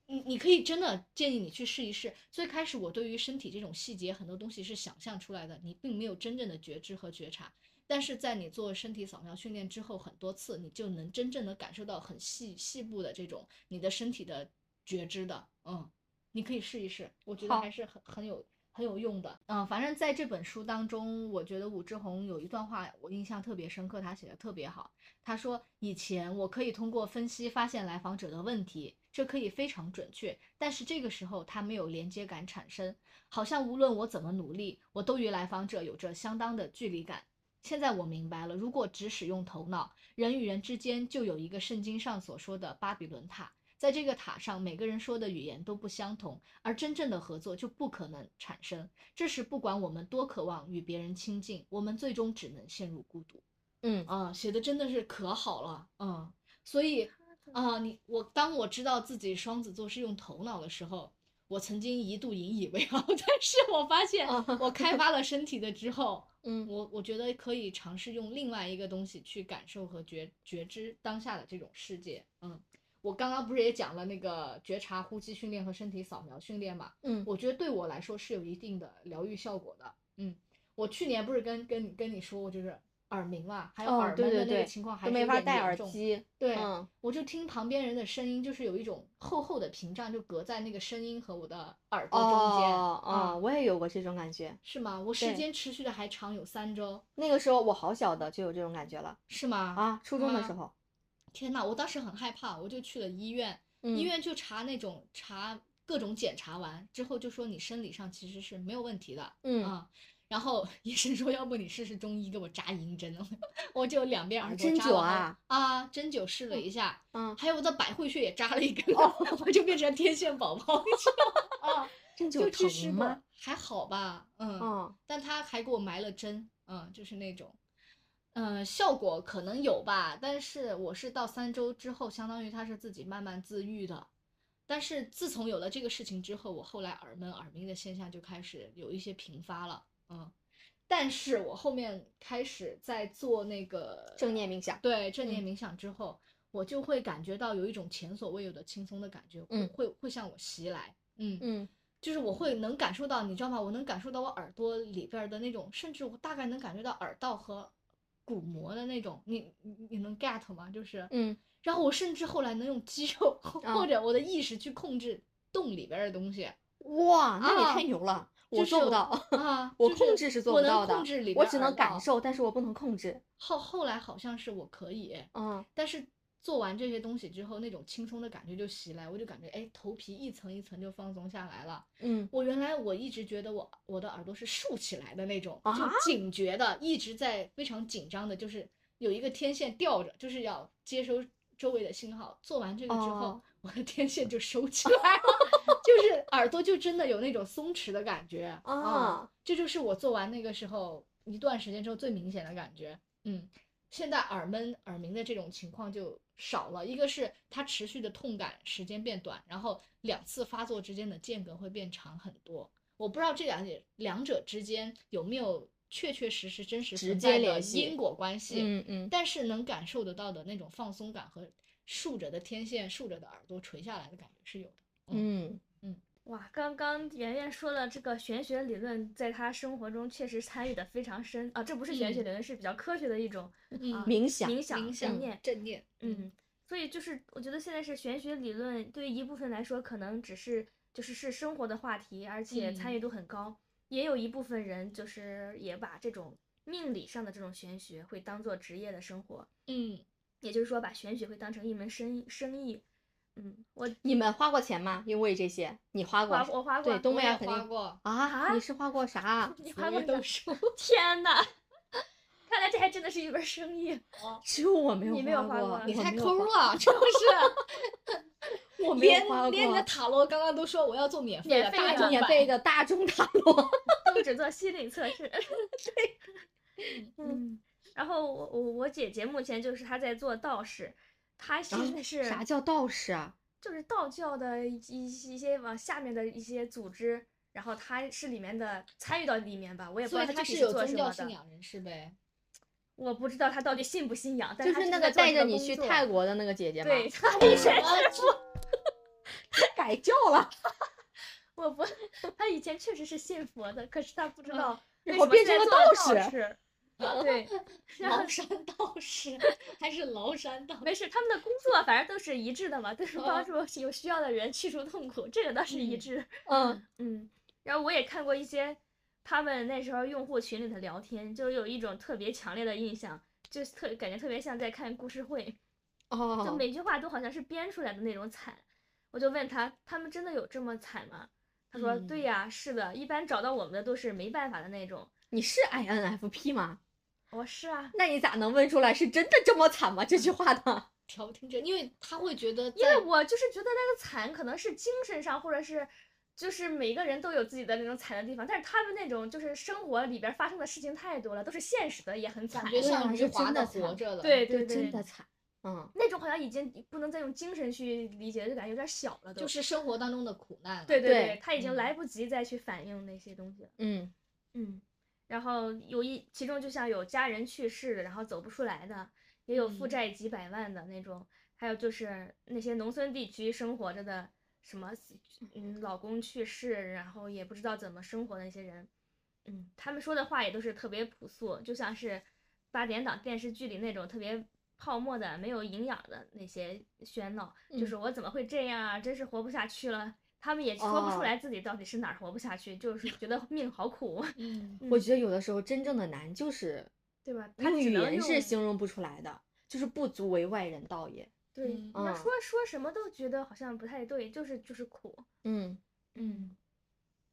你你可以真的建议你去试一试。最开始我对于身体这种细节很多东西是想象出来的，你并没有真正的觉知和觉察。但是在你做身体扫描训练之后很多次，你就能真正的感受到很细细部的这种你的身体的觉知的，嗯，你可以试一试，我觉得
好
还是很很有很有用的。嗯，反正在这本书当中，我觉得武志红有一段话我印象特别深刻，他写的特别好。他说：“以前我可以通过分析发现来访者的问题，这可以非常准确，但是这个时候他没有连接感产生，好像无论我怎么努力，我都与来访者有着相当的距离感。现在我明白了，如果只使用头脑，人与人之间就有一个圣经上所说的巴比伦塔，在这个塔上，每个人说的语言都不相同，而真正的合作就不可能产生。这时，不管我们多渴望与别人亲近，我们最终只能陷入孤独。”
嗯，
啊，写的真的是可好了，嗯，所以啊，你我当我知道自己双子座是用头脑的时候，我曾经一度引以为傲， 但是我发现我开发了身体的之后，
哦 嗯
我我觉得可以尝试用另外一个东西去感受和觉觉知当下的这种世界，嗯，我刚刚不是也讲了那个觉察呼吸训练和身体扫描训练嘛，
嗯，
我觉得对我来说是有一定的疗愈效果的。嗯，我去年不是跟跟你跟你说过，就是耳鸣嘛，还有
哦
耳
对
闷的
对
那个
对
情况还
都
是
没
有
法
点
戴
严
耳
重。
机，
对，
嗯
我就听旁边人的声音，就是有一种厚厚的屏障，就隔在那个声音和我的耳朵中间。
哦
啊
哦，我也有过这种感觉，
是吗？我时
对
间持续的还长有三周，
那个时候我好小的就有这种感觉了
是吗？！
啊，初中的时
啊
候，
天呐，我当时很害怕，我就去了医院，
嗯
医院就查那种查各种检查完之后，就说你生理上其实是没有问题的。
嗯，
啊、然后医生说，要不你试试中医，给我扎银针， 我就两边
啊
耳朵
针
扎
灸
了好
啊
啊，针灸试了一下，
嗯
还有我的百会穴也扎了一根，
哦
我就变成天线宝宝，你知道吗？啊，
针
就
灸
去试
疼
过
吗？，
还好吧，嗯，
嗯
但他还给我埋了针，嗯，就是那种。嗯，效果可能有吧，但是我是到三周之后，相当于他是自己慢慢自愈的。但是自从有了这个事情之后，我后来耳闷、耳鸣的现象就开始有一些频发了。嗯，但是我后面开始在做那个
正念冥想
对正
嗯
念冥想之后，我就会感觉到有一种前所未有的轻松的感觉，
嗯
会会会向我袭来。嗯
嗯
就是我会能感受到，你知道吗？我能感受到我耳朵里边儿的那种，甚至我大概能感觉到耳道和鼓膜的那种。你你你能 get 吗？就是，
嗯
然后我甚至后来能用肌肉或
啊
者我的意识去控制洞里边儿的东 西。
哇，那
啊
你太牛了，我
就是
做不到，
啊
我
就是
控制是做
我
不
能
到的，
控制里
我
边
只
耳
能
道
感受，但是我不能控制。
后后来好像是我可以，
嗯
但是做完这些东西之后，那种轻松的感觉就袭来，我就感觉哎，头皮一层一层就放松下来了。
嗯
我原来我一直觉得我我的耳朵是竖起来的那种，
啊
就警觉的，一直在非常紧张的，就是有一个天线吊着，就是要接收周围的信号。做完这个之后，
哦
我的天线就收起来了， 就是耳朵就真的有那种松弛的感觉啊、
啊
这就是我做完那个时候一段时间之后最明显的感觉。嗯，现在耳闷、耳鸣的这种情况就少了，一个是它持续的痛感时间变短，然后两次发作之间的间隔会变长很多。我不知道这两者两者之间有没有确确实实真实
直
存
接
在的
联系
因果关系，
嗯嗯
但是能感受得到的那种放松感和竖着的天线、竖着的耳朵垂下来的感觉是有的。
嗯，
哇，刚刚圆圆说的这个玄学理论，在她生活中确实参与的非常深啊，这不是玄学
嗯
理论，是比较科学的一种啊
嗯，
冥想，
冥想
冥
正
想
念。
正念，
嗯，所以就是我觉得现在是玄学理论对于一部分来说，可能只是就是是生活的话题，而且参
嗯
与度很高。也有一部分人就是也把这种命理上的这种玄学会当做职业的生活，
嗯，
也就是说把玄学会当成一门生意生意。嗯，我
你们花过钱吗？因为这些，你花过
花
是？
我花过
对，东
我
北
也
亚肯
花
定
过，
啊，
啊
你是花过啥？
你
紫
花过
薇斗
啥
数，
天呐，看来这还真的是一门生意。
只有我没有
你没有花
过
过，
你
我
太
没有
抠
花，
了，真 是。我
没有
连
花
连你
过
的塔罗刚刚都说我要做免费
免
的，
费
大
的
众
免
版
费的大众塔罗。
都只做心理测 试。 嗯，然后我我我姐姐目前就是她在做道士，她现在是、
啊啥叫道士啊？
就是道教的一一一些往下面的一些组织，然后她是里面的参与到里面吧，我也不知
所
道
以
她
他
具
是
体
有
做
宗
什
教
么
信
的，
仰人士 呗。
我不知道她到底信不信仰，但
就
她
是那
在
个
做
带
这
着
个
你
工
去
作
啊
泰国的那个姐姐吗？
对，她
什
一神
么
感
改教了，
我不， 他以前确实是信佛的，可是他不知
嗯
道为
然
什
后
么
变
现
成
在
了
做了
道士
士。对， 然后
崂山道士还是崂山道士
没事，他们的工作反正都是一致的嘛，都是帮
嗯
助有需要的人去除痛苦，这个倒是一
嗯
致。
嗯，
嗯，然后我也看过一些他们那时候用户群里的聊天，就有一种特别强烈的印象，就是特感觉特别像在看故事会，就
哦，
每句话都好像是编出来的那种惨。我就问他，他们真的有这么惨吗？他说：“
嗯
对呀，是的，一般找到我们的都是没办法的那种。
你是 INFP 吗？”
我说：“是啊，
那你咋能问出来是真的这么惨吗？这句话呢？
调停者，因为他会觉得在，
因为我就是觉得那个惨可能是精神上，或者是就是每个人都有自己的那种惨的地方，但是他们那种就是生活里边儿发生的事情太多了，都是现实的，也很惨
感。觉
对啊
像余
是
华
真
的
的
活
惨
着了，
对
就
对
真
对，
的惨，嗯，
那种好像已经不能再用精神去理解，就感觉有点小了都。
就是生活当中的苦难，
对对
对
他已经
嗯
来不及再去反映那些东西了。
嗯，
嗯，然后有一其中就像有家人去世，然后走不出来的，也有负
嗯
债几百万的那种，还有就是那些农村地区生活着的什么，嗯，老公去世，然后也不知道怎么生活的那些人，嗯，他们说的话也都是特别朴素，就像是八点档电视剧里那种特别泡沫的、没有营养的那些喧闹，就是我怎么会这样啊，真是活不下去了。他们也说不出
哦
来自己到底是哪儿活不下去，就是觉得命好苦。
嗯，
我
嗯
觉得有的时候真正的难就是
对吧？他
用
只
语
能
言是
用
形容不出来的，就是不足为外人道也。
对，
嗯
你要
嗯
说说什么都觉得好像不太对，就是就是苦，
嗯，
嗯。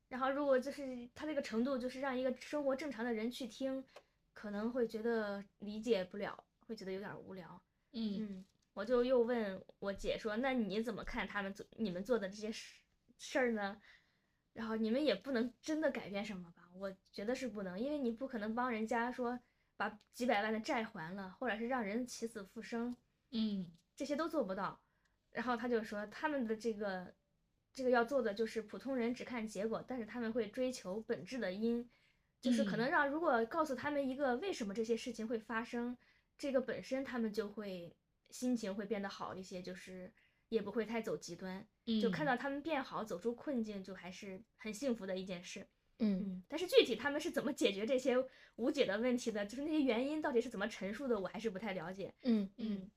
然后如果就是他这个程度，就是让一个生活正常的人去听，可能会觉得理解不了，会觉得有点儿无聊。
嗯，
嗯，我就又问我姐说：“那你怎么看他们做你们做的这些事事儿呢？”然后你们也不能真的改变什么吧？我觉得是不能，因为你不可能帮人家说把几百万的债还了，或者是让人起死复生，
嗯，
这些都做不到。然后他就说，他们的这个这个要做的就是普通人只看结果，但是他们会追求本质的因，就是可能
嗯
让如果告诉他们一个为什么这些事情会发生，这个本身他们就会心情会变得好一些，就是也不会太走极端，就看
嗯
到他们变好，走出困境，就还是很幸福的一件事。
嗯，
嗯，但是具体他们是怎么解决这些无解的问题的，就是那些原因到底是怎么陈述的，我还是不太了解。
嗯，
嗯，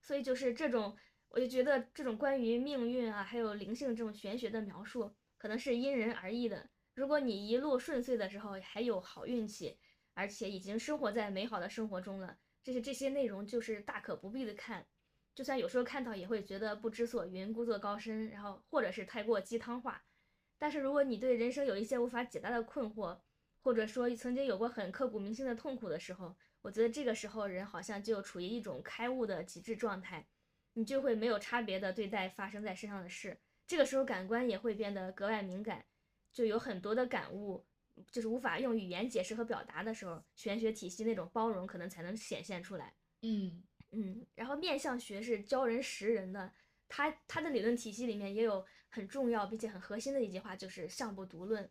所以就是这种，我就觉得这种关于命运啊，还有灵性这种玄学的描述，可能是因人而异的。如果你一路顺遂的时候还有好运气，而且已经生活在美好的生活中了，这些这些内容就是大可不必的看。就算有时候看到也会觉得不知所云、故作高深，然后或者是太过鸡汤化。但是如果你对人生有一些无法解答的困惑，或者说曾经有过很刻骨铭心的痛苦的时候，我觉得这个时候人好像就处于一种开悟的极致状态，你就会没有差别的对待发生在身上的事。这个时候感官也会变得格外敏感，就有很多的感悟，就是无法用语言解释和表达的时候，玄学体系那种包容可能才能显现出来。
嗯，
嗯，然后面相学是教人识人的，它它的理论体系里面也有很重要并且很核心的一句话，就是相不独论。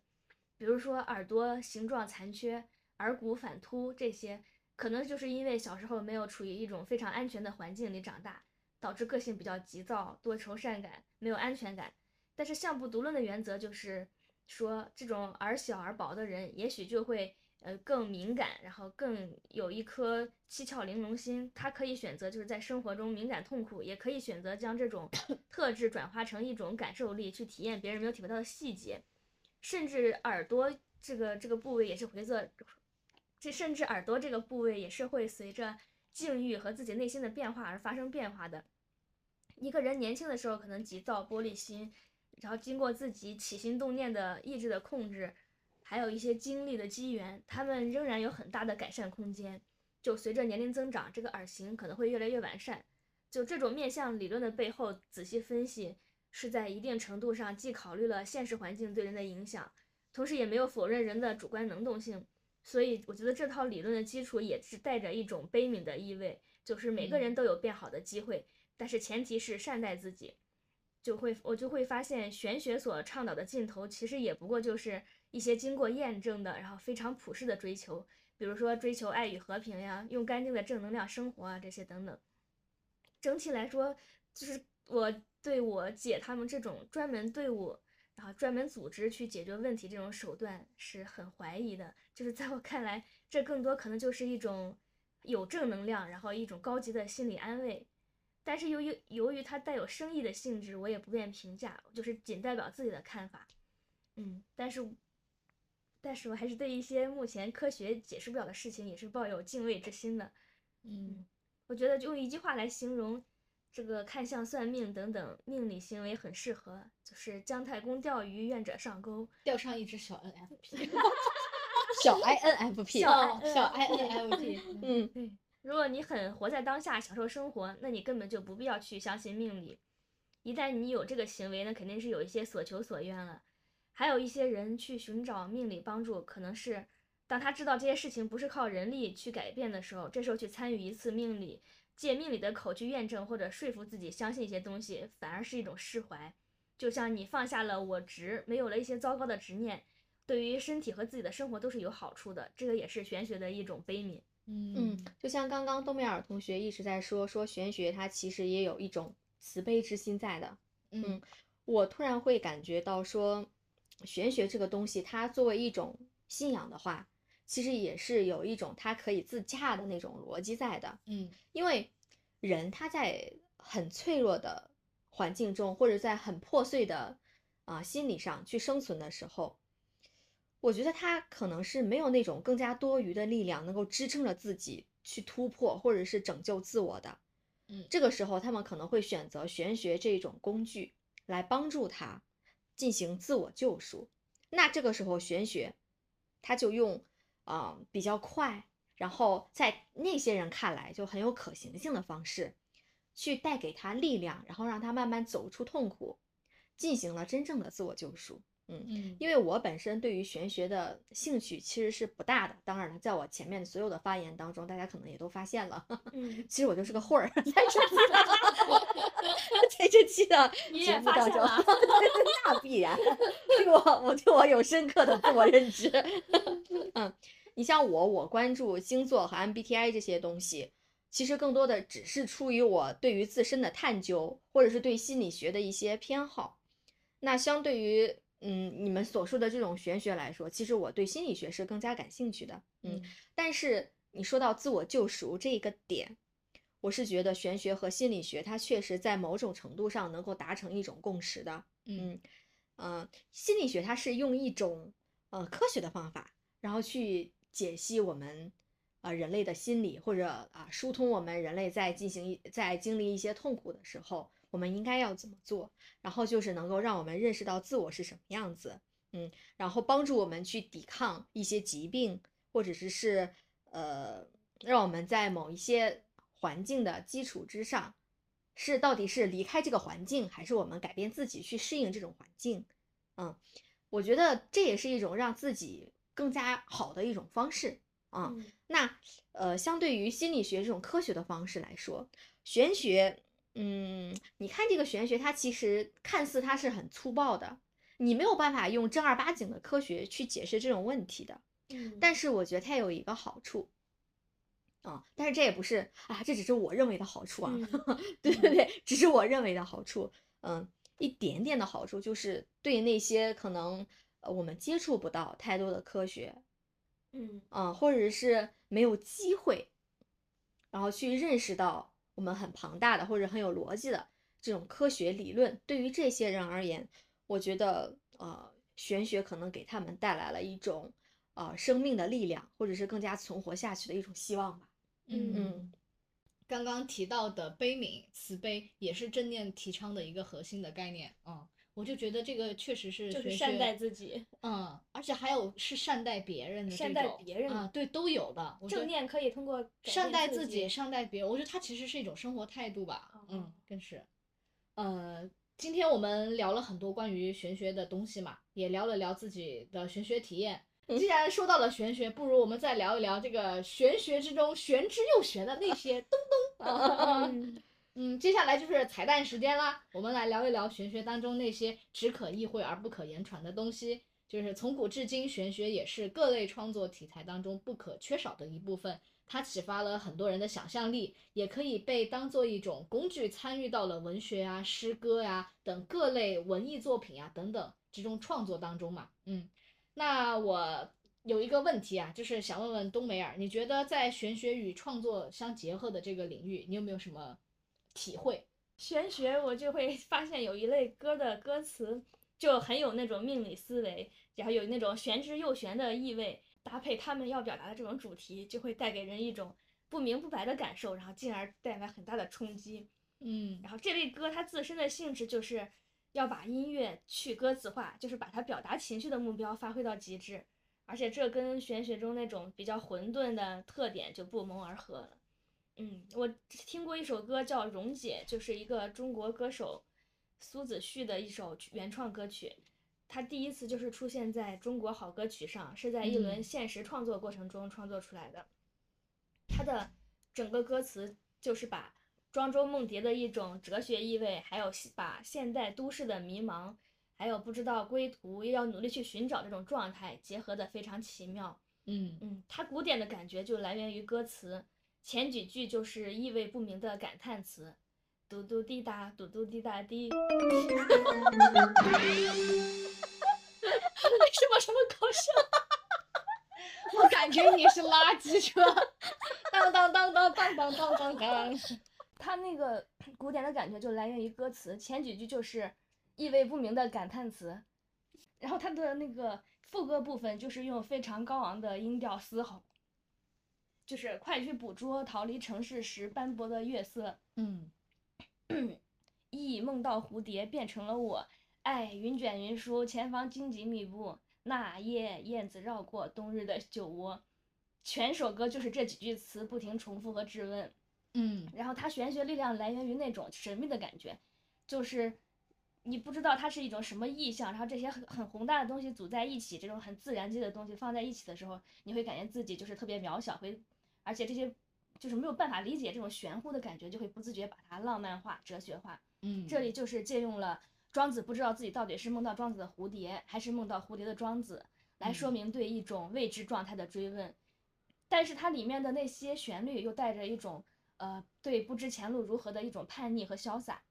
比如说耳朵形状残缺、耳骨反凸这些，可能就是因为小时候没有处于一种非常安全的环境里长大，导致个性比较急躁、多愁善感、没有安全感。但是相不独论的原则就是说，这种耳小而薄的人，也许就会呃更敏感，然后更有一颗七窍玲珑心。他可以选择就是在生活中敏感痛苦，也可以选择将这种特质转化成一种感受力，去体验别人没有体会到的细节，甚至耳朵这个这个部位也是回色，这甚至耳朵这个部位也是会随着境遇和自己内心的变化而发生变化的。一个人年轻的时候可能急躁、玻璃心，然后经过自己起心动念的意志的控制，还有一些经历的机缘，他们仍然有很大的改善空间。就随着年龄增长，这个耳形可能会越来越完善。就这种面向理论的背后，仔细分析是在一定程度上既考虑了现实环境对人的影响，同时也没有否认人的主观能动性。所以，我觉得这套理论的基础也是带着一种悲悯的意味，就是每个人
嗯
都有变好的机会，但是前提是善待自己。就会我就会发现，玄学所倡导的尽头，其实也不过就是一些经过验证的，然后非常普世的追求，比如说追求爱与和平呀，用干净的正能量生活啊，这些等等。整体来说，就是我对我姐他们这种专门队伍，然后专门组织去解决问题这种手段是很怀疑的。就是在我看来，这更多可能就是一种有正能量，然后一种高级的心理安慰。但是由于由于它带有生意的性质，我也不便评价，就是仅代表自己的看法。嗯，但是但是我还是对一些目前科学解释不了的事情也是抱有敬畏之心的。
嗯，
我觉得用一句话来形容这个看相、算命等等命理行为很适合，就是姜太公钓鱼，愿者上钩。
钓上一只小 NFP，
小 INFP，
小
哦
INFP
小 INFP，嗯
嗯，
对，如果你很活在当下，享受生活，那你根本就不必要去相信命理。一旦你有这个行为，那肯定是有一些所求所愿了。还有一些人去寻找命理帮助，可能是当他知道这些事情不是靠人力去改变的时候，这时候去参与一次命理，借命理的口去验证或者说服自己相信一些东西，反而是一种释怀。就像你放下了我执，没有了一些糟糕的执念，对于身体和自己的生活都是有好处的。这个也是玄学的一种悲悯。
嗯，就像刚刚冬梅尔同学一直在说，说玄学它其实也有一种慈悲之心在的。
嗯
我突然会感觉到说，玄学这个东西，它作为一种信仰的话，其实也是有一种它可以自洽的那种逻辑在的。
嗯
因为人他在很脆弱的环境中，或者在很破碎的啊、心理上去生存的时候，我觉得他可能是没有那种更加多余的力量能够支撑着自己去突破或者是拯救自我的。
嗯
这个时候，他们可能会选择玄学这种工具来帮助他进行自我救赎。那这个时候，玄学他就用啊、比较快，然后在那些人看来就很有可行性的方式，去带给他力量，然后让他慢慢走出痛苦，进行了真正的自我救赎。
嗯
因为我本身对于玄学的兴趣其实是不大的，当然了，在我前面所有的发言当中，大家可能也都发现了，
嗯，
其实我就是个混儿。在这期 的在这期的
你
节
也
目
发
当
现
中
了，
那必然，对我我对我有深刻的自我认知。 嗯，你像我，我关注星座和 MBTI 这些东西，其实更多的只是出于我对于自身的探究，或者是对心理学的一些偏好。那相对于嗯你们所说的这种玄学来说，其实我对心理学是更加感兴趣的。嗯，但是你说到自我救赎这一个点，我是觉得玄学和心理学它确实在某种程度上能够达成一种共识的。
嗯
呃，心理学它是用一种呃科学的方法，然后去解析我们啊、呃、人类的心理，或者啊、疏通我们人类在进行一在经历一些痛苦的时候，我们应该要怎么做，然后就是能够让我们认识到自我是什么样子，嗯，然后帮助我们去抵抗一些疾病，或者是是呃让我们在某一些环境的基础之上，是到底是离开这个环境，还是我们改变自己去适应这种环境？嗯，我觉得这也是一种让自己更加好的一种方式啊。
嗯
那呃，相对于心理学这种科学的方式来说，玄学，嗯，你看这个玄学，它其实看似它是很粗暴的，你没有办法用正儿八经的科学去解释这种问题的。
嗯
但是我觉得它有一个好处，啊，但是这也不是啊，这只是我认为的好处啊， 对对对，只是我认为的好处，嗯，一点点的好处就是对那些可能呃我们接触不到太多的科学，
嗯
啊，或者是没有机会，然后去认识到我们很庞大的或者很有逻辑的这种科学理论，对于这些人而言，我觉得呃，玄学可能给他们带来了一种呃生命的力量，或者是更加存活下去的一种希望吧。
嗯，刚刚提到的悲悯、慈悲也是正念提倡的一个核心的概念嗯，我就觉得这个确实是
就是
玄
善
学
待自己，
嗯，而且还有是善待别人的这
善待
种
别人
啊，对，都有的。我觉
正
得
念可以通过改
善
变
待
自
自己，
己
善待别人，我觉得它其实是一种生活态度吧。
哦
嗯，更是。呃，今天我们聊了很多关于玄学的东西嘛，也聊了聊自己的玄学体验。
嗯
既然说到了玄学，不如我们再聊一聊这个玄学之中玄之又玄的那些东东。啊
嗯
嗯，接下来就是彩蛋时间啦，我们来聊一聊玄学当中那些只可意会而不可言传的东西，就是从古至今，玄学也是各类创作题材当中不可缺少的一部分。它启发了很多人的想象力，也可以被当做一种工具参与到了文学啊、诗歌呀、等各类文艺作品啊等等这种创作当中嘛。嗯，那我有一个问题啊，就是想问问冬梅尔，你觉得在玄学与创作相结合的这个领域，你有没有什么体会？
玄学，我就会发现有一类歌的歌词就很有那种命理思维，然后有那种玄之又玄的意味，搭配他们要表达的这种主题，就会带给人一种不明不白的感受，然后进而带来很大的冲击。
嗯
然后这类歌它自身的性质就是要把音乐去歌词化，就是把它表达情绪的目标发挥到极致，而且这跟玄学中那种比较混沌的特点就不谋而合了。嗯，我听过一首歌叫《蓉姐》，就是一个中国歌手苏子旭的一首原创歌曲。它第一次就是出现在《中国好歌曲》上，是在一轮
嗯
现实创作过程中创作出来的。它的整个歌词就是把庄周梦蝶的一种哲学意味，还有西把现代都市的迷茫，还有不知道归途，又要努力去寻找这种状态结合的非常奇妙。
嗯
嗯，它古典的感觉就来源于歌词，前几句就是意味不明的感叹词，嘟嘟滴答，嘟嘟滴答滴。为什么这么搞笑？
我感觉你是垃圾车， 当当当当当当当当当。
它那个古典的感觉就来源于歌词，前几句就是意味不明的感叹词，然后它的那个副歌部分就是用非常高昂的音调嘶吼，就是快去捕捉逃离城市时斑驳的月色，
嗯
一梦到蝴蝶变成了我，爱云卷云舒，前方荆棘密布，那夜燕子绕过冬日的酒窝，全首歌就是这几句词不停重复和质问。
嗯
然后它玄学力量来源于那种神秘的感觉，就是你不知道它是一种什么意象，然后这些很很宏大的东西组在一起，这种很自然界的东西放在一起的时候，你会感觉自己就是特别渺小，会而且这些就是没有办法理解这种玄乎的感觉，就会不自觉把它浪漫化、哲学化。
嗯，
这里就是借用了庄子不知道自己到底是梦到庄子的蝴蝶，还是梦到蝴蝶的庄子，来说
嗯
明对一种未知状态的追问。但是它里面的那些旋律又带着一种呃对不知前路如何的一种叛逆和潇洒，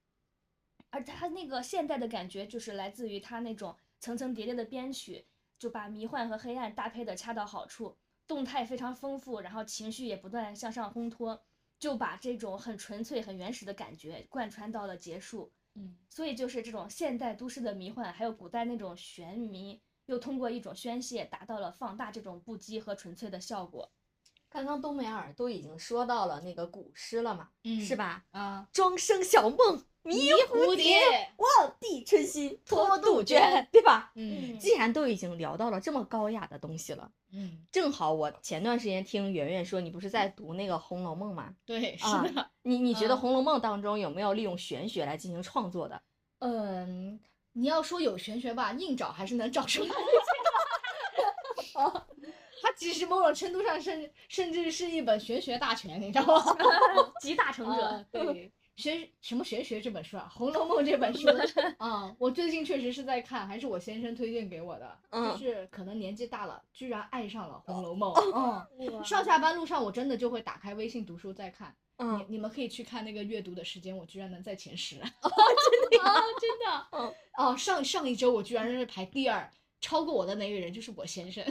而它那个现代的感觉就是来自于它那种层层叠叠的编曲，就把迷幻和黑暗搭配的恰到好处，动态非常丰富，然后情绪也不断向上烘托。就把这种很纯粹、很原始的感觉贯穿到了结束，
嗯
所以就是这种现代都市的迷幻，还有古代那种悬迷，又通过一种宣泄达到了放大这种不羁和纯粹的效果。
刚刚冬梅尔都已经说到了那个古诗了嘛，
嗯
是吧？
啊，
庄生晓梦迷蝴蝶，望帝春心托杜鹃，对吧？
嗯
既然都已经聊到了这么高雅的东西了，
嗯，
正好我前段时间听圆圆说，你不是在读那个《红楼梦》吗？
对，是
啊
的，
你你觉得
嗯
《红楼梦》当中有没有利用玄学来进行创作的？
嗯，你要说有玄学吧，硬找还是能找出来的。 它其实某种程度上甚甚至是一本玄学大全，你知道吗？
集 大成者，
啊对， 玄什么玄学这本书啊，《红楼梦》这本书 啊、
嗯
我最近确实是在看，还是我先生推荐给我的，
嗯
就是可能年纪大了，居然爱上了《红楼梦》。
哇
嗯，上下班路上我真的就会打开微信读书在看。
嗯，
你你们可以去看那个阅读的时间，我居然能在前十。
啊，真的，
哦，上上一周我居然是排第二，超过我的那个人就是我 先生。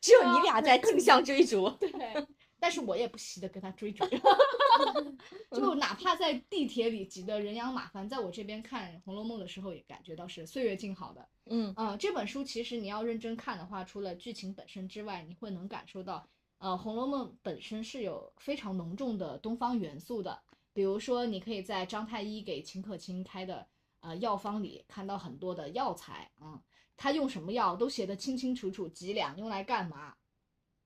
只有你俩在竞相追逐。
对，但是我也不惜的跟他 追逐，
嗯
就哪怕在地铁里挤得人仰马翻，在我这边看《红楼梦》的时候，也感觉到是岁月静好的。
嗯
呃，这本书其实你要认真看的话，除了剧情本身之外，你会能感受到，呃，《红楼梦》本身是有非常浓重的东方元素的。比如说，你可以在张太医给秦可卿开的呃药方里看到很多的药材，嗯，他用什么药都写得清清楚楚，几两用来干嘛。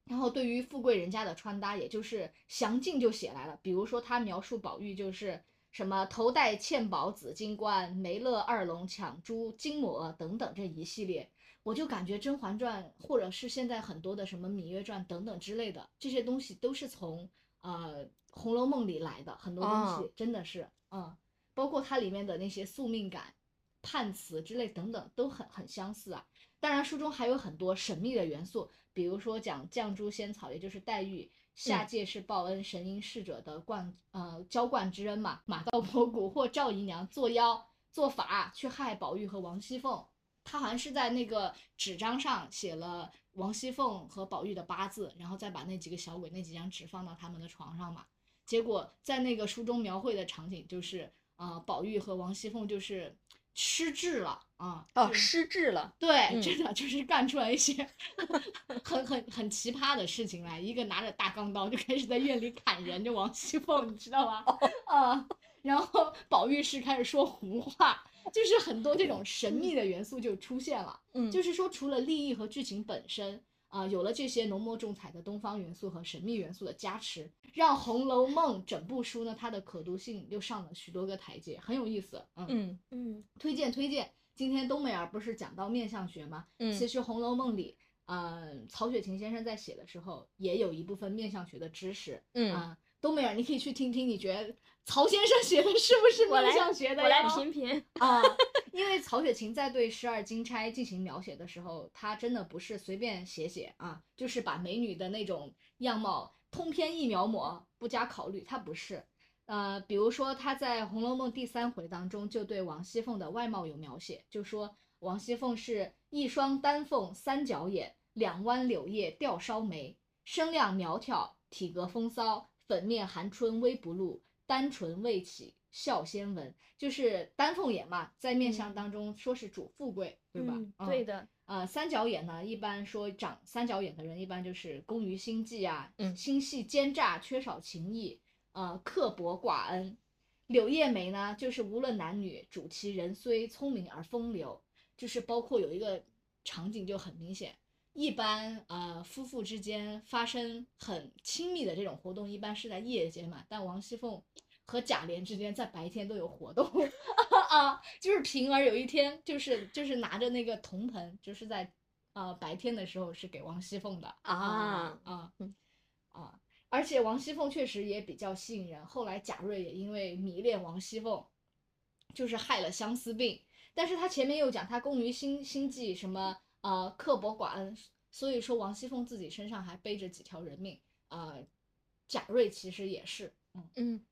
然后对于富贵人家的穿搭，也就是详尽就写来了。比如说，他描述宝玉就是什么头戴嵌宝紫金冠，眉勒二龙抢珠金抹等等这一系列，我就感觉《甄嬛传》或者是现在很多的什么《芈月传》等等之类的这些东西，都是从呃《红楼梦》里来的，很多东
哦
西真的是，嗯，包括它里面的那些宿命感，判词之类等等都很很相似啊。当然，书中还有很多神秘的元素，比如说讲绛珠仙草，也就是黛玉下界是报恩神瑛侍者的冠呃浇灌之恩嘛，马到博古或赵姨娘作妖做法去害宝玉和王熙凤。他好像是在那个纸张上写了王熙凤和宝玉的八字，然后再把那几个小鬼那几张纸放到他们的床上嘛。结果在那个书中描绘的场景就是，呃，宝玉和王熙凤就是失智了啊，
哦，
就是
失智了，
对，
嗯
真的就是干出来一些很很很奇葩的事情来。一个拿着大钢刀就开始在院里砍人，就王熙凤，你知道吧？啊，然后宝玉是开始说胡话，就是很多这种神秘的元素就出现了。
嗯，
就是是说，除了立意和剧情本身啊、有了这些浓墨重彩的东方元素和神秘元素的加持，让《红楼梦》整部书呢，它的可读性又上了许多个台阶，很有意思。嗯，
嗯
嗯，
推荐推荐。今天冬美尔不是讲到面相学吗？其
嗯
实《红楼梦》里，呃，曹雪芹先生在写的时候，也有一部分面相学的知识。
嗯，
啊，冬美尔，你可以去听听，你觉得曹先生写的是不是
我来
面相学的
我来
呀
评评，
啊，因为曹雪芹在对十二金钗进行描写的时候，他真的不是随便写写啊，就是把美女的那种样貌通篇一描摹，不加考虑，他不是。呃，比如说他在《红楼梦》第三回当中就对王熙凤的外貌有描写，就说王熙凤是一双丹凤三角眼，两弯柳叶吊梢眉，身量苗条，体格风骚，粉面含春微不露，单唇未起，笑先闻。就是丹凤眼嘛，在面相当中说是主富贵，对吧？
嗯
啊
对的，
呃，三角眼呢，一般说长三角眼的人，一般就是工于心计啊，
嗯
心细奸诈，缺少情义，呃，刻薄寡恩。柳叶眉呢，就是无论男女，主其人虽聪明而风流，就是包括有一个场景就很明显，一般呃夫妇之间发生很亲密的这种活动，一般是在夜间嘛，但王熙凤和贾琏之间在白天都有活动。 啊，就是平儿有一天就是就是拿着那个铜盆，就是在啊、呃白天的时候是给王熙凤的
啊
啊
嗯
啊，而且王熙凤确实也比较吸引人。后来贾瑞也因为迷恋王熙凤，就是害了相思病。但是他前面又讲他工于心心计什么呃刻薄寡恩，所以说王熙凤自己身上还背着几条人命啊、呃贾瑞其实也是，嗯。
嗯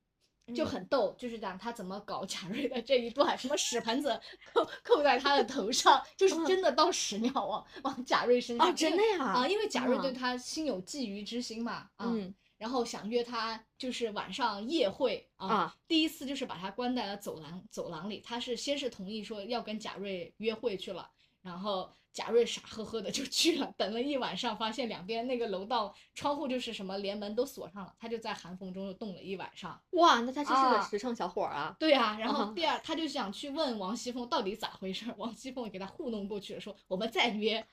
就
嗯
很逗，就是讲他怎么搞贾瑞的这一段，什么屎盆子扣扣在他的头上，就是真的当屎尿往往贾瑞身
嗯
上，
哦，真的呀，
啊啊，因为贾瑞对
嗯
他心有觊觎之心嘛，啊，
嗯
然后想约他就是晚上夜会啊，
啊
第一次就是把他关在了走廊走廊里，他是先是同意说要跟贾瑞约会去了。然后贾瑞傻呵呵的就去了，等了一晚上，发现两边那个楼道窗户就是什么连门都锁上了，他就在寒风中就冻了一晚上。
哇，那他真是个
啊
实诚小伙儿啊，
对啊，然后
啊
第二，他就想去问王熙凤到底咋回事儿，王熙凤给他糊弄过去了，说我们再约。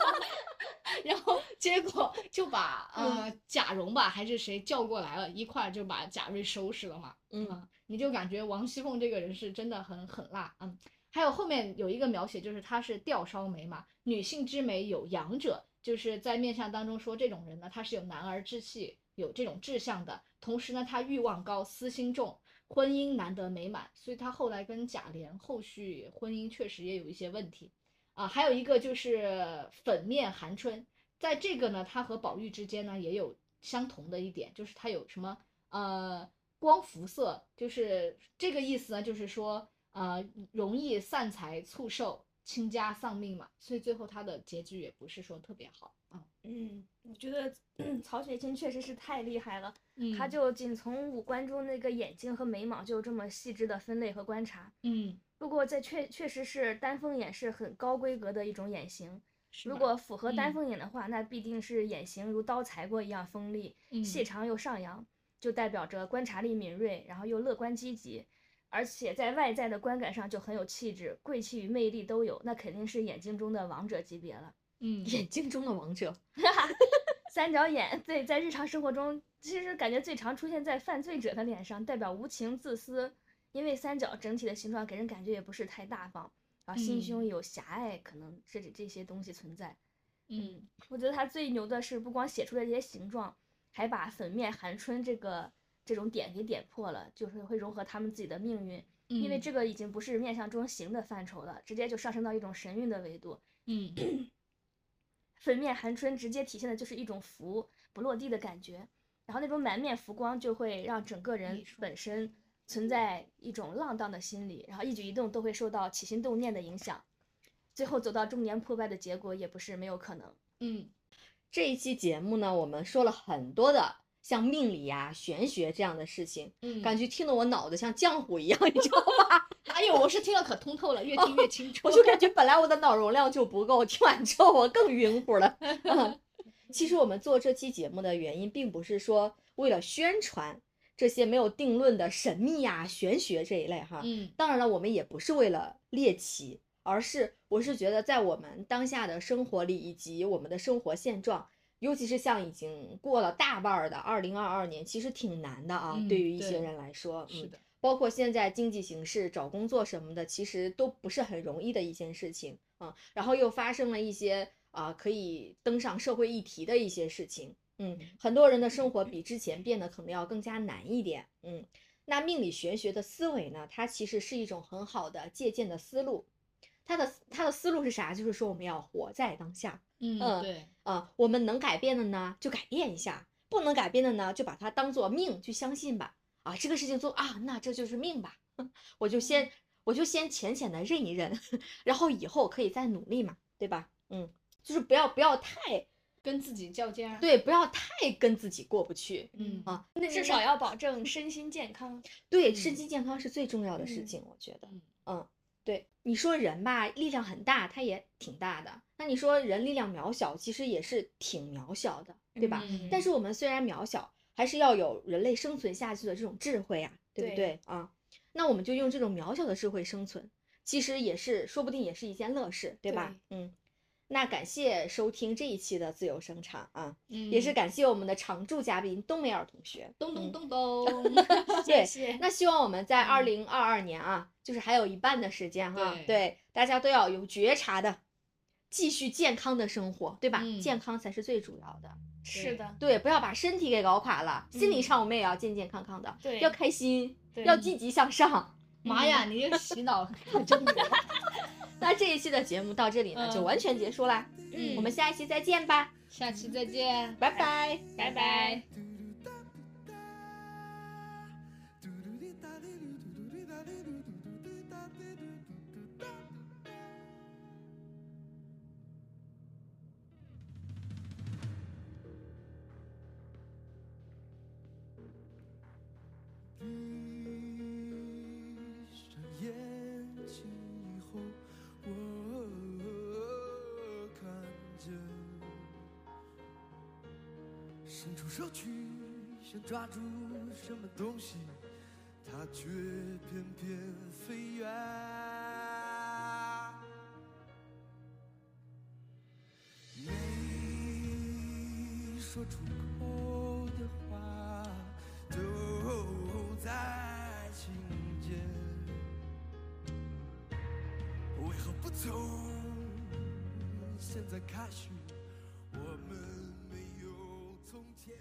然后结果就把呃贾蓉吧还是谁叫过来了，一块儿就把贾瑞收拾了嘛。
嗯
啊，你就感觉王熙凤这个人是真的很狠辣，嗯。还有后面有一个描写，就是她是吊梢眉嘛，女性之美有阳者，就是在面相当中说这种人呢，他是有男儿之气，有这种志向的。同时呢，他欲望高，私心重，婚姻难得美满，所以他后来跟贾琏后续婚姻确实也有一些问题。啊，还有一个就是粉面含春，在这个呢，他和宝玉之间呢也有相同的一点，就是他有什么呃光伏色，就是这个意思呢，就是说呃容易散财促寿，倾家丧命嘛，所以最后他的结局也不是说特别好啊。
嗯，我觉得 曹雪芹确实是太厉害了，
嗯
他就仅从五官中那个眼睛和眉毛就这么细致的分类和观察。
嗯，
不过这确确实是丹凤眼是很高规格的一种眼型，
是
如
吧
果符合丹
嗯
凤眼的话，那必定是眼型如刀裁过一样锋利，细
嗯
长又上扬，就代表着观察力敏锐，然后又乐观积极，而且在外在的观感上就很有气质，贵气与魅力都有，那肯定是眼睛中的王者级别了。
嗯
眼睛中的王者，
三角眼，对，在日常生活中，其实感觉最常出现在犯罪者的脸上，代表无情自私。因为三角整体的形状给人感觉也不是太大方，然后心胸
嗯
有狭隘，可能这这些东西存在。
嗯
我觉得他最牛的是，不光写出了这些形状，还把粉面含春这个这种点给点破了，就是会融合他们自己的命运，因为
嗯
这个已经不是面向中行的范畴了，直接就上升到一种神韵的维度。
嗯，
粉面含春直接体现的就是一种浮不落地的感觉，然后那种满面浮光就会让整个人
艺术
本身存在一种浪荡的心理，然后一举一动都会受到起心动念的影响，最后走到中年破败的结果也不是没有可能。
嗯，
这一期节目呢，我们说了很多的像命理啊、玄学这样的事情，
嗯
感觉听得我脑子像浆糊一样，你知道吗？
哪有？哎我是听了可通透了，越听越清 楚。
我就感觉本来我的脑容量就不够，听完之后我更晕乎了。嗯其实我们做这期节目的原因，并不是说为了宣传这些没有定论的神秘呀、玄学这一类哈。
嗯
当然了，我们也不是为了猎奇，而是我是觉得在我们当下的生活里，以及我们的生活现状，尤其是像已经过了大半儿的二零二二年，其实挺难的啊。
嗯
对于一些
对
人来说，嗯
是的，
包括现在经济形势、找工作什么的，其实都不是很容易的一件事情啊。然后又发生了一些啊、可以登上社会议题的一些事情，嗯，很多人的生活比之前变得可能要更加难一点，嗯。那命理玄学的思维呢，它其实是一种很好的借鉴的思路。它的它的思路是啥？就是说我们要活在当下
嗯
嗯
对，
啊、我们能改变的呢就改变一下，不能改变的呢就把它当做命去相信吧。啊，这个事情做啊，那这就是命吧， 我就
嗯
先我就先浅浅的认一认，然后以后可以再努力嘛，对吧？嗯，就是不要不要太
跟自己较劲儿。，
对，不要太跟自己过不去
嗯
啊。
至少要保证身心健康。
对，身
嗯
心健康是最重要的事
嗯
情，我觉得
嗯，
嗯，对，你说人吧，力量很大，他也挺大的。那你说人力量渺小，其实也是挺渺小的，对吧？
嗯
但是我们虽然渺小，还是要有人类生存下去的这种智慧啊，对不
对
对啊？那我们就用这种渺小的智慧生存，其实也是说不定也是一件乐事，对吧？嗯，那感谢收听这一期的自由生产啊，也是
嗯
感谢我们的常驻嘉宾冬梅尔同学，
咚
嗯
咚咚咚。
对
谢谢。
那希望我们在二
嗯
零二二年啊，就是还有一半的时间哈，
对
大家都要有觉察的，继续健康的生活，对吧？
嗯
健康才是最主要的。
是的，
对，不要把身体给搞垮了，心理
嗯
上我们也要健健康康的，
对
要开心，
对
要积极向上。
妈呀，你这洗脑可真牛！
那这一期的节目到这里呢，就
嗯
完全结束啦。
嗯
我们下一期再见吧，
下期再见。
拜拜。
拜
拜拜
拜。
闭上眼睛以后，我看见，伸出手去想抓住什么东西，它却偏偏飞远。没说出口的话都在心间，为何不从现在开始，我们没有从前？